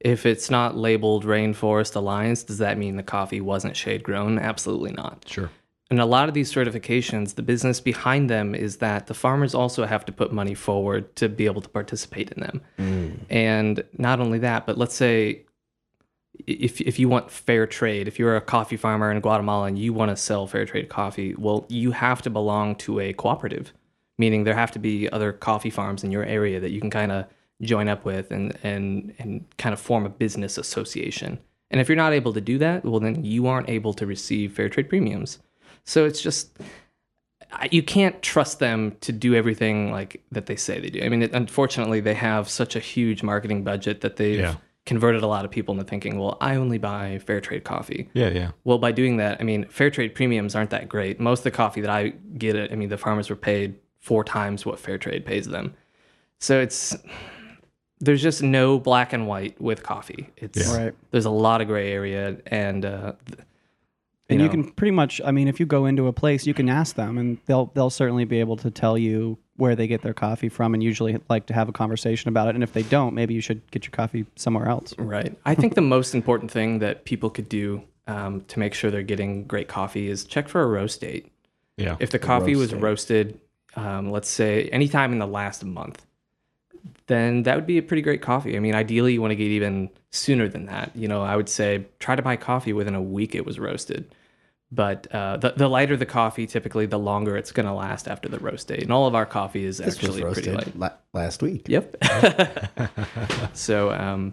[SPEAKER 4] If it's not labeled Rainforest Alliance, does that mean the coffee wasn't shade grown? Absolutely not.
[SPEAKER 2] sure,
[SPEAKER 4] And a lot of these certifications, the business behind them is that the farmers also have to put money forward to be able to participate in them. And not only that, but let's say if if you want fair trade, if you're a coffee farmer in Guatemala and you want to sell fair trade coffee, well, you have to belong to a cooperative, meaning there have to be other coffee farms in your area that you can kind of join up with and and and kind of form a business association. And if you're not able to do that, well, then you aren't able to receive fair trade premiums. So it's just I- you can't trust them to do everything like that they say they do. I mean, it, unfortunately, they have such a huge marketing budget that they've
[SPEAKER 2] Yeah.
[SPEAKER 4] converted a lot of people into thinking, well, I only buy fair trade coffee.
[SPEAKER 2] yeah, yeah,
[SPEAKER 4] Well, by doing that, I mean, fair trade premiums aren't that great. Most of the coffee that I get, I mean, the farmers were paid four times what fair trade pays them. So it's there's just no black and white with coffee. It's
[SPEAKER 1] Yeah. Right.
[SPEAKER 4] there's a lot of gray area, and uh, th-
[SPEAKER 1] and you
[SPEAKER 4] know.
[SPEAKER 1] can pretty much i mean if you go into a place you can ask them and they'll they'll certainly be able to tell you where they get their coffee from and usually like to have a conversation about it and if they don't maybe you should get your coffee somewhere else
[SPEAKER 4] Right. I think the most important thing that people could do um, to make sure they're getting great coffee is check for a roast date.
[SPEAKER 2] yeah.
[SPEAKER 4] If the coffee was roasted, um, let's say anytime in the last month, then that would be a pretty great coffee. I mean, ideally, you want to get even sooner than that. You know, I would say try to buy coffee within a week it was roasted. But uh, the, the lighter the coffee, typically, the longer it's going to last after the roast date. And all of our coffee is
[SPEAKER 3] This was
[SPEAKER 4] actually pretty light.
[SPEAKER 3] roasted la- last week.
[SPEAKER 4] Yep. so, um,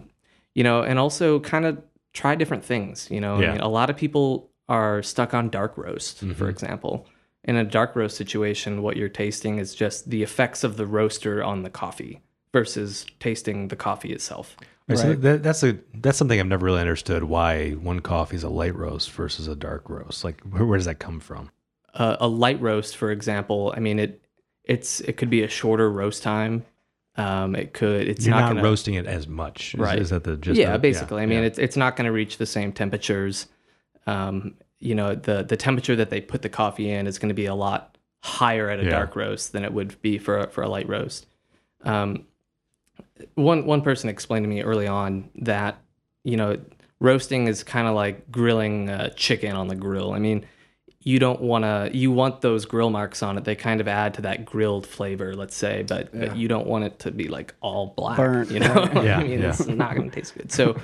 [SPEAKER 4] you know, and also kind of try different things. You know,
[SPEAKER 2] Yeah. Mm-hmm.
[SPEAKER 4] I mean, a lot of people are stuck on dark roast, for example. In a dark roast situation, what you're tasting is just the effects of the roaster on the coffee versus tasting the coffee itself.
[SPEAKER 2] Right, so that, that's a that's something I've never really understood why one coffee is a light roast versus a dark roast. Like, where, where does that come from?
[SPEAKER 4] a a light roast, for example, I mean it. It's it could be a shorter roast time. Um, it could. It's
[SPEAKER 2] You're not,
[SPEAKER 4] gonna,
[SPEAKER 2] roasting it as much, is,
[SPEAKER 4] Right.
[SPEAKER 2] Is that the gist?
[SPEAKER 4] yeah,
[SPEAKER 2] of it?
[SPEAKER 4] basically. I mean,
[SPEAKER 2] yeah.
[SPEAKER 4] it's it's not going to reach the same temperatures. Um, you know, the the temperature that they put the coffee in is going to be a lot higher at a
[SPEAKER 2] Yeah.
[SPEAKER 4] dark roast than it would be for a, for a light roast. Um, one one person explained to me early on that you know roasting is kind of like grilling uh, chicken on the grill. I mean. You don't want to. You want those grill marks on it. They kind of add to that grilled flavor, let's say, but, but you don't want it to be like all black.
[SPEAKER 1] Burnt,
[SPEAKER 4] you know,
[SPEAKER 2] Yeah,
[SPEAKER 4] I mean,
[SPEAKER 2] yeah.
[SPEAKER 4] it's not going to taste good. So,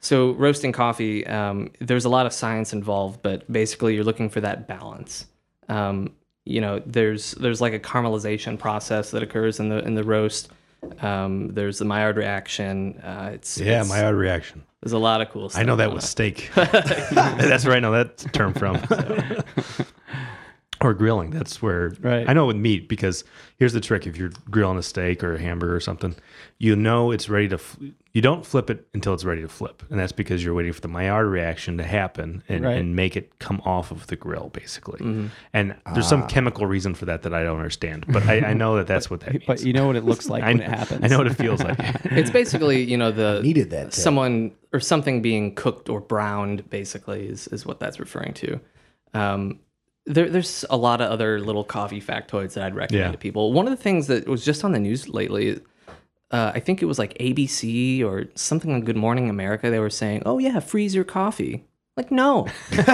[SPEAKER 4] so roasting coffee, um, there's a lot of science involved, but basically you're looking for that balance. Um, you know, there's there's like a caramelization process that occurs in the in the roast. Um, there's the Maillard reaction. Uh, it's
[SPEAKER 2] yeah,
[SPEAKER 4] it's- Uh,
[SPEAKER 2] Maillard reaction.
[SPEAKER 4] There's a lot of cool stuff.
[SPEAKER 2] I know that
[SPEAKER 4] going
[SPEAKER 2] was steak. that's where I know that term from. or grilling. That's where
[SPEAKER 1] Right.
[SPEAKER 2] I know with meat because here's the trick: if you're grilling a steak or a hamburger or something, you know it's ready to. Fl- you don't flip it until it's ready to flip, and that's because you're waiting for the Maillard reaction to happen and,
[SPEAKER 1] Right.
[SPEAKER 2] and make it come off of the grill, basically.
[SPEAKER 4] Mm-hmm.
[SPEAKER 2] And there's
[SPEAKER 4] Ah.
[SPEAKER 2] some chemical reason for that that I don't understand, but I, I know that that's what that means.
[SPEAKER 1] but you know what it looks like
[SPEAKER 2] I,
[SPEAKER 1] when
[SPEAKER 2] kn-
[SPEAKER 1] it happens
[SPEAKER 2] I know what it feels like.
[SPEAKER 4] on. It's basically you know the
[SPEAKER 3] Needed that tip.
[SPEAKER 4] someone or something being cooked or browned basically is, is what that's referring to um, there, there's a lot of other little coffee factoids that i'd recommend
[SPEAKER 2] Yeah.
[SPEAKER 4] to people one of the things that was just on the news lately uh, i think it was like abc or something on good morning america they were saying oh yeah freeze your coffee like no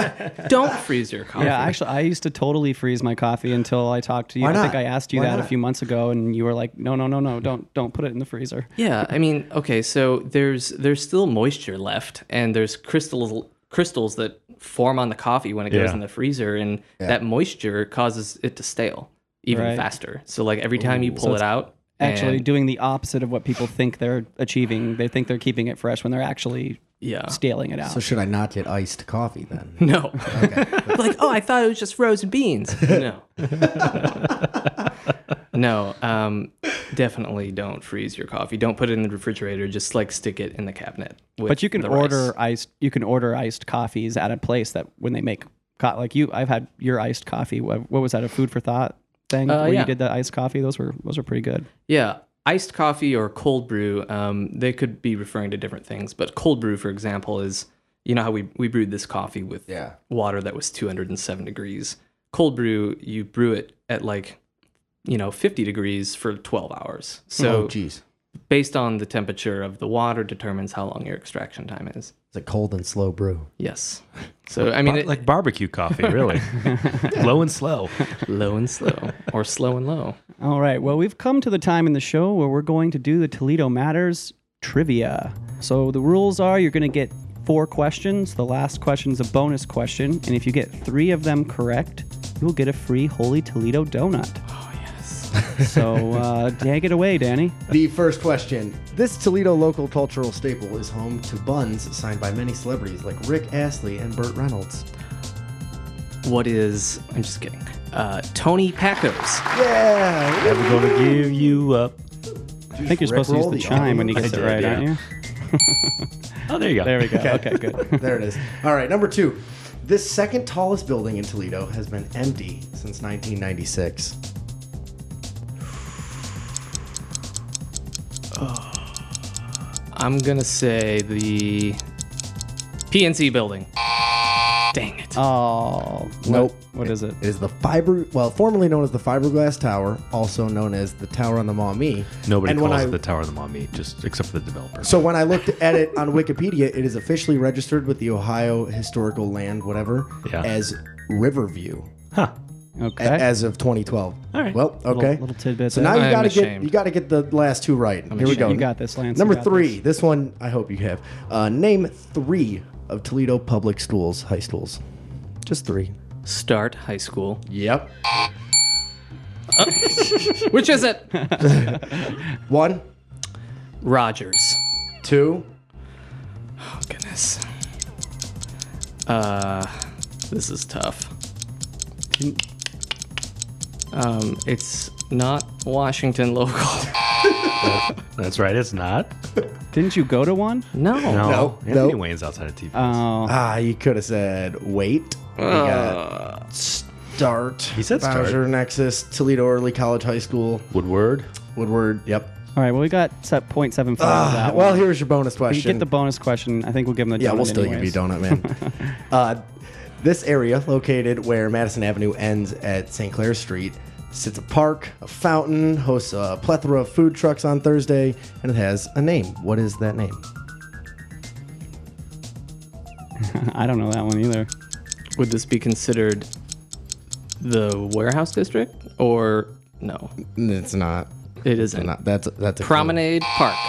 [SPEAKER 4] don't freeze your coffee
[SPEAKER 1] yeah actually i used to totally freeze my coffee until i talked to you
[SPEAKER 3] Why
[SPEAKER 1] i think
[SPEAKER 3] not?
[SPEAKER 1] i asked you
[SPEAKER 3] Why
[SPEAKER 1] that a
[SPEAKER 3] not?
[SPEAKER 1] few months ago and you were like no no no no don't don't put it in the freezer
[SPEAKER 4] Yeah, I mean, okay, so there's there's still moisture left, and there's crystals crystals that form on the coffee when it goes
[SPEAKER 2] Yeah.
[SPEAKER 4] in the freezer, and that moisture causes it to stale. even
[SPEAKER 1] Right.
[SPEAKER 4] faster. So like every time you pull
[SPEAKER 1] So
[SPEAKER 4] it
[SPEAKER 1] it's
[SPEAKER 4] out,
[SPEAKER 1] Actually,
[SPEAKER 4] and-
[SPEAKER 1] doing the opposite of what people think they're achieving. They think they're keeping it fresh when they're actually
[SPEAKER 4] yeah.
[SPEAKER 1] scaling it out.
[SPEAKER 3] So should I not get iced coffee then?
[SPEAKER 4] No. like, oh, I thought it was just frozen beans. No. no. Um, definitely don't freeze your coffee. Don't put it in the refrigerator. Just like stick it in the cabinet. With
[SPEAKER 1] but you can
[SPEAKER 4] the rice.
[SPEAKER 1] order iced. You can order iced coffees at a place that when they make co- like you. I've had your iced coffee. What, what was that? A food for thought thing
[SPEAKER 4] Uh,
[SPEAKER 1] where
[SPEAKER 4] yeah.
[SPEAKER 1] you did the iced coffee. Those were those were pretty good.
[SPEAKER 4] Yeah. Iced coffee or cold brew, um, they could be referring to different things. But cold brew, for example, is you know how we, we brewed this coffee with
[SPEAKER 3] Yeah.
[SPEAKER 4] water that was 207 degrees. Cold brew, you brew it at like, you know, 50 degrees for 12 hours. So
[SPEAKER 3] oh, geez.
[SPEAKER 4] based on the temperature of the water determines how long your extraction time is.
[SPEAKER 3] It's a cold and slow brew.
[SPEAKER 4] Yes. So I mean,
[SPEAKER 2] Bar-
[SPEAKER 4] it,
[SPEAKER 2] like barbecue coffee, really. Low and slow.
[SPEAKER 4] low and slow, or slow and low.
[SPEAKER 1] All right. Well, we've come to the time in the show where we're going to do the Toledo Matters trivia. So the rules are you're going to get four questions. The last question's a bonus question. And if you get three of them correct, you will get a free Holy Toledo donut.
[SPEAKER 4] Oh yes.
[SPEAKER 1] So uh, take it away, Danny.
[SPEAKER 3] The first question. This Toledo local cultural staple is home to buns signed by many celebrities like Rick Astley and Burt Reynolds.
[SPEAKER 4] What is? I'm just kidding. Uh, Tony Pacos.
[SPEAKER 3] Yeah.
[SPEAKER 2] Never gonna give you up.
[SPEAKER 1] I think you're supposed to use the chime when you get it
[SPEAKER 2] did,
[SPEAKER 1] right,
[SPEAKER 2] yeah.
[SPEAKER 1] aren't you?
[SPEAKER 2] Oh, there you go.
[SPEAKER 1] There we go. Okay, good.
[SPEAKER 3] there it is. All right, number two. This second tallest building in Toledo has been empty since 1996.
[SPEAKER 4] I'm gonna say the PNC building. Dang it.
[SPEAKER 1] Oh,
[SPEAKER 3] Nope.
[SPEAKER 1] What is it?
[SPEAKER 3] It is the fiber, well, formerly known as the Fiberglass Tower, also known as the Tower on the Maumee.
[SPEAKER 2] Nobody
[SPEAKER 3] And when
[SPEAKER 2] calls
[SPEAKER 3] I-
[SPEAKER 2] it the Tower of the Maumee, just except for the developer.
[SPEAKER 3] So when I looked at it on Wikipedia, it is officially registered with the Ohio Historical Land, whatever,
[SPEAKER 2] Yeah.
[SPEAKER 3] as Riverview
[SPEAKER 2] huh.
[SPEAKER 1] Okay.
[SPEAKER 3] a- as of 2012. All
[SPEAKER 2] right.
[SPEAKER 3] Well, okay.
[SPEAKER 1] Little, little tidbit.
[SPEAKER 3] so
[SPEAKER 1] there.
[SPEAKER 3] now you
[SPEAKER 4] I'm
[SPEAKER 3] got to get
[SPEAKER 4] ashamed.
[SPEAKER 3] you got to get the last two right. Here we go.
[SPEAKER 1] you got this, Lance. You
[SPEAKER 3] Number
[SPEAKER 1] got
[SPEAKER 3] three. This. one I hope you have. Uh, name three of Toledo public schools, high schools. Just three.
[SPEAKER 4] Start high school.
[SPEAKER 3] Yep.
[SPEAKER 4] Which is it?
[SPEAKER 3] One,
[SPEAKER 4] Rogers.
[SPEAKER 3] two.
[SPEAKER 4] Oh goodness. Uh, this is tough. Um, it's not Washington local.
[SPEAKER 2] That's right. It's not.
[SPEAKER 1] Didn't you go to one?
[SPEAKER 4] No.
[SPEAKER 2] No.
[SPEAKER 3] No,
[SPEAKER 2] Anthony
[SPEAKER 3] no.
[SPEAKER 2] Wayne's outside of TV.
[SPEAKER 1] Oh,
[SPEAKER 3] Ah, you could have said wait. We
[SPEAKER 1] Uh.
[SPEAKER 3] got start. He
[SPEAKER 2] said start.
[SPEAKER 3] Bowser Nexus, Toledo Early College High School,
[SPEAKER 2] Woodward.
[SPEAKER 3] Woodward. Yep.
[SPEAKER 1] all right. Well, we got set point seven five. of that
[SPEAKER 3] well,
[SPEAKER 1] one.
[SPEAKER 3] here's your bonus
[SPEAKER 1] You
[SPEAKER 3] Ah, question.
[SPEAKER 1] get the bonus question. I think we'll give him the
[SPEAKER 3] yeah,
[SPEAKER 1] donut
[SPEAKER 3] we'll still give you
[SPEAKER 1] anyways.
[SPEAKER 3] donut, man. uh, this area, located where Madison Avenue ends at St. Clair Street, sits a park, a fountain, hosts a plethora of food trucks on Thursday, and it has a name. What is that name?
[SPEAKER 1] I don't know that one either.
[SPEAKER 4] Would this be considered the warehouse district or no?
[SPEAKER 3] It's not.
[SPEAKER 4] It isn't.
[SPEAKER 3] Not that's that's a
[SPEAKER 4] Promenade Park.
[SPEAKER 3] Eh,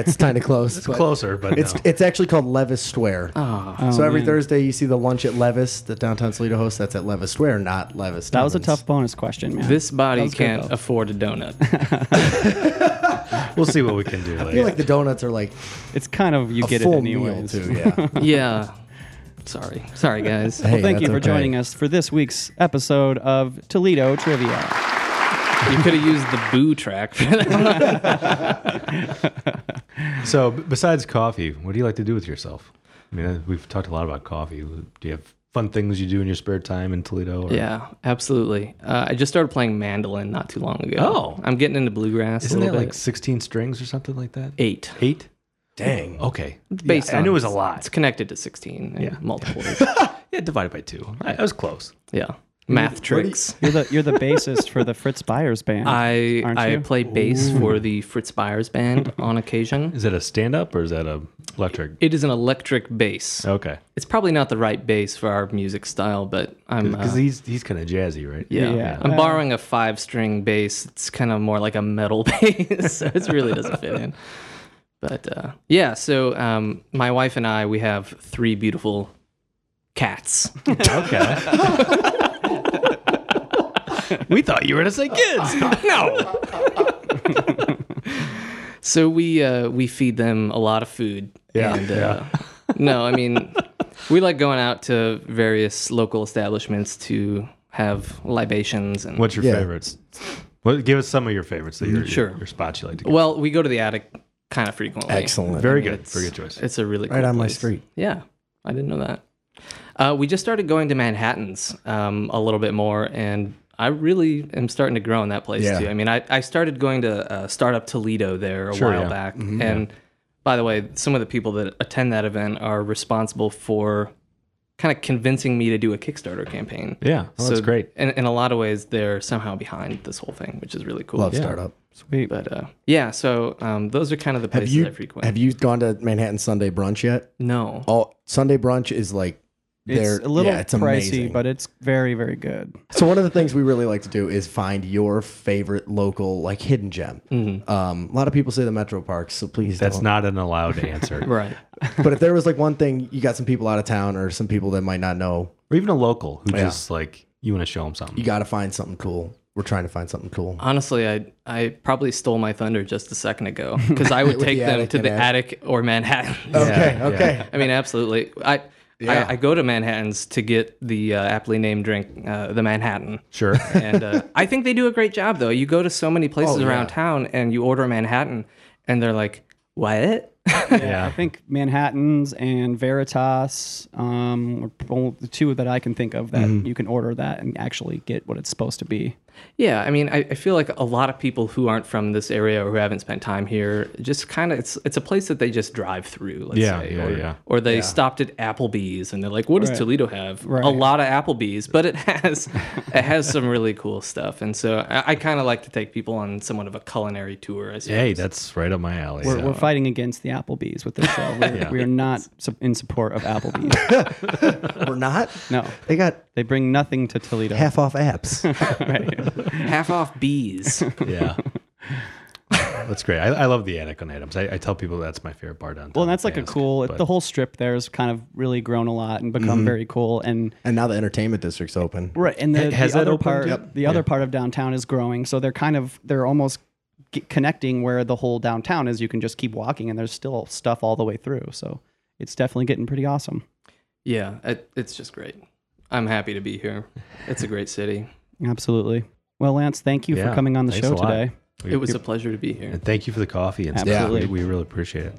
[SPEAKER 3] It's kind of close. it's
[SPEAKER 2] Closer, but
[SPEAKER 3] It's
[SPEAKER 2] no.
[SPEAKER 3] it's actually called Levis Square.
[SPEAKER 4] Ah,
[SPEAKER 1] Oh,
[SPEAKER 3] so every
[SPEAKER 1] man.
[SPEAKER 3] Thursday you see the lunch at Levis, the downtown Toledo host. That's at Levis Square, not Levis.
[SPEAKER 1] That was a
[SPEAKER 3] Diamonds.
[SPEAKER 1] tough bonus question, man.
[SPEAKER 4] this
[SPEAKER 1] That
[SPEAKER 4] body
[SPEAKER 1] was good,
[SPEAKER 4] can't
[SPEAKER 1] though.
[SPEAKER 4] afford a donut.
[SPEAKER 2] we'll see what we can do
[SPEAKER 3] I feel
[SPEAKER 2] later.
[SPEAKER 3] like the donuts are like
[SPEAKER 1] It's kind of you
[SPEAKER 3] a
[SPEAKER 1] get it
[SPEAKER 3] full
[SPEAKER 1] anyways.
[SPEAKER 3] meal too. Yeah.
[SPEAKER 4] yeah. Sorry. Sorry, guys.
[SPEAKER 3] Hey,
[SPEAKER 1] Thank you
[SPEAKER 3] that's
[SPEAKER 1] for
[SPEAKER 3] okay.
[SPEAKER 1] joining us for this week's episode of Toledo Trivia.
[SPEAKER 4] You could have used the boo track for that.
[SPEAKER 2] so, b- besides coffee, what do you like to do with yourself? I mean, uh, we've talked a lot about coffee. Do you have fun things you do in your spare time in Toledo? Or?
[SPEAKER 4] yeah, absolutely. Uh, I just started playing mandolin not too long ago.
[SPEAKER 2] Oh.
[SPEAKER 4] I'm getting into bluegrass.
[SPEAKER 2] Isn't
[SPEAKER 4] a
[SPEAKER 2] that
[SPEAKER 4] little
[SPEAKER 2] like
[SPEAKER 4] bit.
[SPEAKER 2] 16 strings or something like that?
[SPEAKER 4] eight?
[SPEAKER 2] Eight?
[SPEAKER 3] Dang.
[SPEAKER 2] Okay.
[SPEAKER 4] Based
[SPEAKER 2] yeah, I
[SPEAKER 4] on-
[SPEAKER 2] knew it was a
[SPEAKER 4] It's
[SPEAKER 2] lot.
[SPEAKER 4] connected to 16 in
[SPEAKER 2] Yeah.
[SPEAKER 4] multiple ways.
[SPEAKER 2] Yeah, divided by two. I, I was close.
[SPEAKER 4] yeah. Math tricks.
[SPEAKER 1] You're the you're the bassist for the Fritz Byers band.
[SPEAKER 4] I
[SPEAKER 1] aren't
[SPEAKER 4] I
[SPEAKER 1] you?
[SPEAKER 4] play bass for the Fritz Byers band on occasion.
[SPEAKER 2] Is that a stand up or is that a electric?
[SPEAKER 4] It is an electric bass.
[SPEAKER 2] Okay.
[SPEAKER 4] It's probably not the right bass for our music style, but I'm
[SPEAKER 2] Because
[SPEAKER 4] uh,
[SPEAKER 2] he's he's kind of jazzy, right?
[SPEAKER 4] yeah,
[SPEAKER 1] Yeah.
[SPEAKER 4] I'm borrowing a five string bass. It's kind of more like a metal bass, so it really doesn't fit in. But uh, yeah, so um, my wife and I we have three beautiful cats.
[SPEAKER 2] Okay. we thought you were gonna say kids. no.
[SPEAKER 4] So we uh, we feed them a lot of food. Yeah. And, uh, no, I mean, we like going out to various local establishments to have libations and.
[SPEAKER 2] What's your
[SPEAKER 3] Yeah.
[SPEAKER 2] favorites? Well, give us some of your favorites. That your,
[SPEAKER 4] Sure.
[SPEAKER 2] Your, your spots you like to go.
[SPEAKER 4] Well, we go to the attic kind of frequently.
[SPEAKER 3] Excellent.
[SPEAKER 2] Very good. Very good choice.
[SPEAKER 4] It's a really
[SPEAKER 3] Right
[SPEAKER 4] cool
[SPEAKER 3] on my
[SPEAKER 4] place.
[SPEAKER 3] street.
[SPEAKER 4] Yeah, I didn't know that. Uh, we just started going to Manhattan's um, a little bit more, and I really am starting to grow in that place
[SPEAKER 3] Yeah.
[SPEAKER 4] too. I mean, I, I started going to uh, Startup Toledo there a
[SPEAKER 2] Sure,
[SPEAKER 4] while
[SPEAKER 2] yeah.
[SPEAKER 4] back,
[SPEAKER 3] Mm-hmm.
[SPEAKER 4] and by the way, some of the people that attend that event are responsible for kind of convincing me to do a Kickstarter campaign.
[SPEAKER 2] Yeah. Well, that's great.
[SPEAKER 4] In, in a lot of ways, they're somehow behind this whole thing, which is really cool.
[SPEAKER 3] Love startup.
[SPEAKER 1] Sweet.
[SPEAKER 4] But uh, yeah, so um, those are kind of the
[SPEAKER 3] Have
[SPEAKER 4] places I
[SPEAKER 3] you
[SPEAKER 4] frequent.
[SPEAKER 3] have you gone to Manhattan Sunday brunch yet?
[SPEAKER 4] no.
[SPEAKER 3] Oh, Sunday brunch is like
[SPEAKER 1] It's
[SPEAKER 3] they're
[SPEAKER 1] a little
[SPEAKER 3] yeah, it's
[SPEAKER 1] pricey,
[SPEAKER 3] amazing.
[SPEAKER 1] but it's very, very good.
[SPEAKER 3] So one of the things we really like to do is find your favorite local like hidden gem.
[SPEAKER 1] Mm-hmm.
[SPEAKER 3] Um, a lot of people say the Metro Parks, so please
[SPEAKER 2] That's
[SPEAKER 3] don't.
[SPEAKER 2] not an allowed answer.
[SPEAKER 4] Right.
[SPEAKER 3] but if there was like one thing, you got some people out of town or some people that might not know,
[SPEAKER 2] Or even a local who
[SPEAKER 3] Yeah.
[SPEAKER 2] just like you want to show them something.
[SPEAKER 3] you got to find something cool. We're trying to find something cool.
[SPEAKER 4] Honestly, I I probably stole my thunder just a second ago because I would take
[SPEAKER 3] the
[SPEAKER 4] them
[SPEAKER 3] attic
[SPEAKER 4] to
[SPEAKER 3] and
[SPEAKER 4] the
[SPEAKER 3] attic.
[SPEAKER 4] attic or Manhattan.
[SPEAKER 3] Okay,
[SPEAKER 2] yeah.
[SPEAKER 3] okay.
[SPEAKER 4] I mean, absolutely. I,
[SPEAKER 3] Yeah.
[SPEAKER 4] I I go to Manhattan's to get the uh, aptly named drink, uh, the Manhattan.
[SPEAKER 2] Sure.
[SPEAKER 4] And uh, I think they do a great job though. You go to so many places
[SPEAKER 3] Oh,
[SPEAKER 4] around
[SPEAKER 3] yeah.
[SPEAKER 4] town and you order a Manhattan, and they're like, "What?"
[SPEAKER 2] yeah.
[SPEAKER 1] I think Manhattan's and Veritas um, are pro- the two that I can think of that
[SPEAKER 3] Mm-hmm.
[SPEAKER 1] you can order that and actually get what it's supposed to be.
[SPEAKER 4] Yeah, I mean, I, I feel like a lot of people who aren't from this area or who haven't spent time here just kind of it's it's a place that they just drive through. Let's
[SPEAKER 2] Yeah,
[SPEAKER 4] say,
[SPEAKER 2] yeah,
[SPEAKER 4] or,
[SPEAKER 2] yeah.
[SPEAKER 4] Or they stopped at Applebee's and they're like, "What does Toledo have?
[SPEAKER 1] Right.
[SPEAKER 4] A lot of Applebee's, but it has it has some really cool stuff." And so I, I kind of like to take people on somewhat of a culinary tour. I suppose.
[SPEAKER 2] Hey, that's right up my alley.
[SPEAKER 1] We're,
[SPEAKER 2] so.
[SPEAKER 1] we're fighting against the Applebee's with this show. We're, we are not su- in support of Applebee's.
[SPEAKER 3] We're not.
[SPEAKER 1] No,
[SPEAKER 3] They got
[SPEAKER 1] they bring nothing to Toledo.
[SPEAKER 3] half off apps.
[SPEAKER 4] half off bees.
[SPEAKER 2] yeah. that's great. I, I love the attic on Adams. I, I tell people that's my favorite bar downtown.
[SPEAKER 1] Well, and that's like a
[SPEAKER 2] Ask,
[SPEAKER 1] cool.
[SPEAKER 2] but-
[SPEAKER 1] the whole strip there has kind of really grown a lot and become very cool. And
[SPEAKER 3] and now the entertainment district's open.
[SPEAKER 1] Mm-hmm. right, and the,
[SPEAKER 2] Ha- has
[SPEAKER 1] the
[SPEAKER 2] that
[SPEAKER 1] other
[SPEAKER 2] opened?
[SPEAKER 1] part,
[SPEAKER 2] Yep.
[SPEAKER 1] the other part of downtown is growing. So they're kind of they're almost g- connecting where the whole downtown is. You can just keep walking, and there's still stuff all the way through. So it's definitely getting pretty awesome.
[SPEAKER 4] yeah, it, it's just great. I'm happy to be here. It's a great city.
[SPEAKER 1] Absolutely. Well, Lance, thank you
[SPEAKER 2] Yeah,
[SPEAKER 1] for coming on the
[SPEAKER 2] thanks
[SPEAKER 1] show
[SPEAKER 2] a lot.
[SPEAKER 1] today.
[SPEAKER 4] It was a pleasure to be here.
[SPEAKER 2] And thank you for the coffee and stuff.
[SPEAKER 1] Absolutely.
[SPEAKER 2] We, we really appreciate it.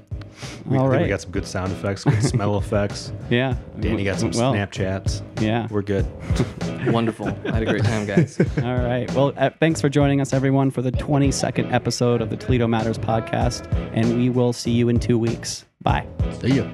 [SPEAKER 2] We,
[SPEAKER 1] All
[SPEAKER 2] I think
[SPEAKER 1] right.
[SPEAKER 2] we got some good sound effects, good smell effects.
[SPEAKER 1] Yeah.
[SPEAKER 2] Danny got some
[SPEAKER 1] well,
[SPEAKER 2] Snapchats.
[SPEAKER 1] Yeah.
[SPEAKER 2] We're good.
[SPEAKER 4] Wonderful. I had a great time, guys.
[SPEAKER 1] All right. Well, uh, thanks for joining us, everyone, for the 22nd episode of the Toledo Matters podcast. And we will see you in two weeks. Bye.
[SPEAKER 3] See ya.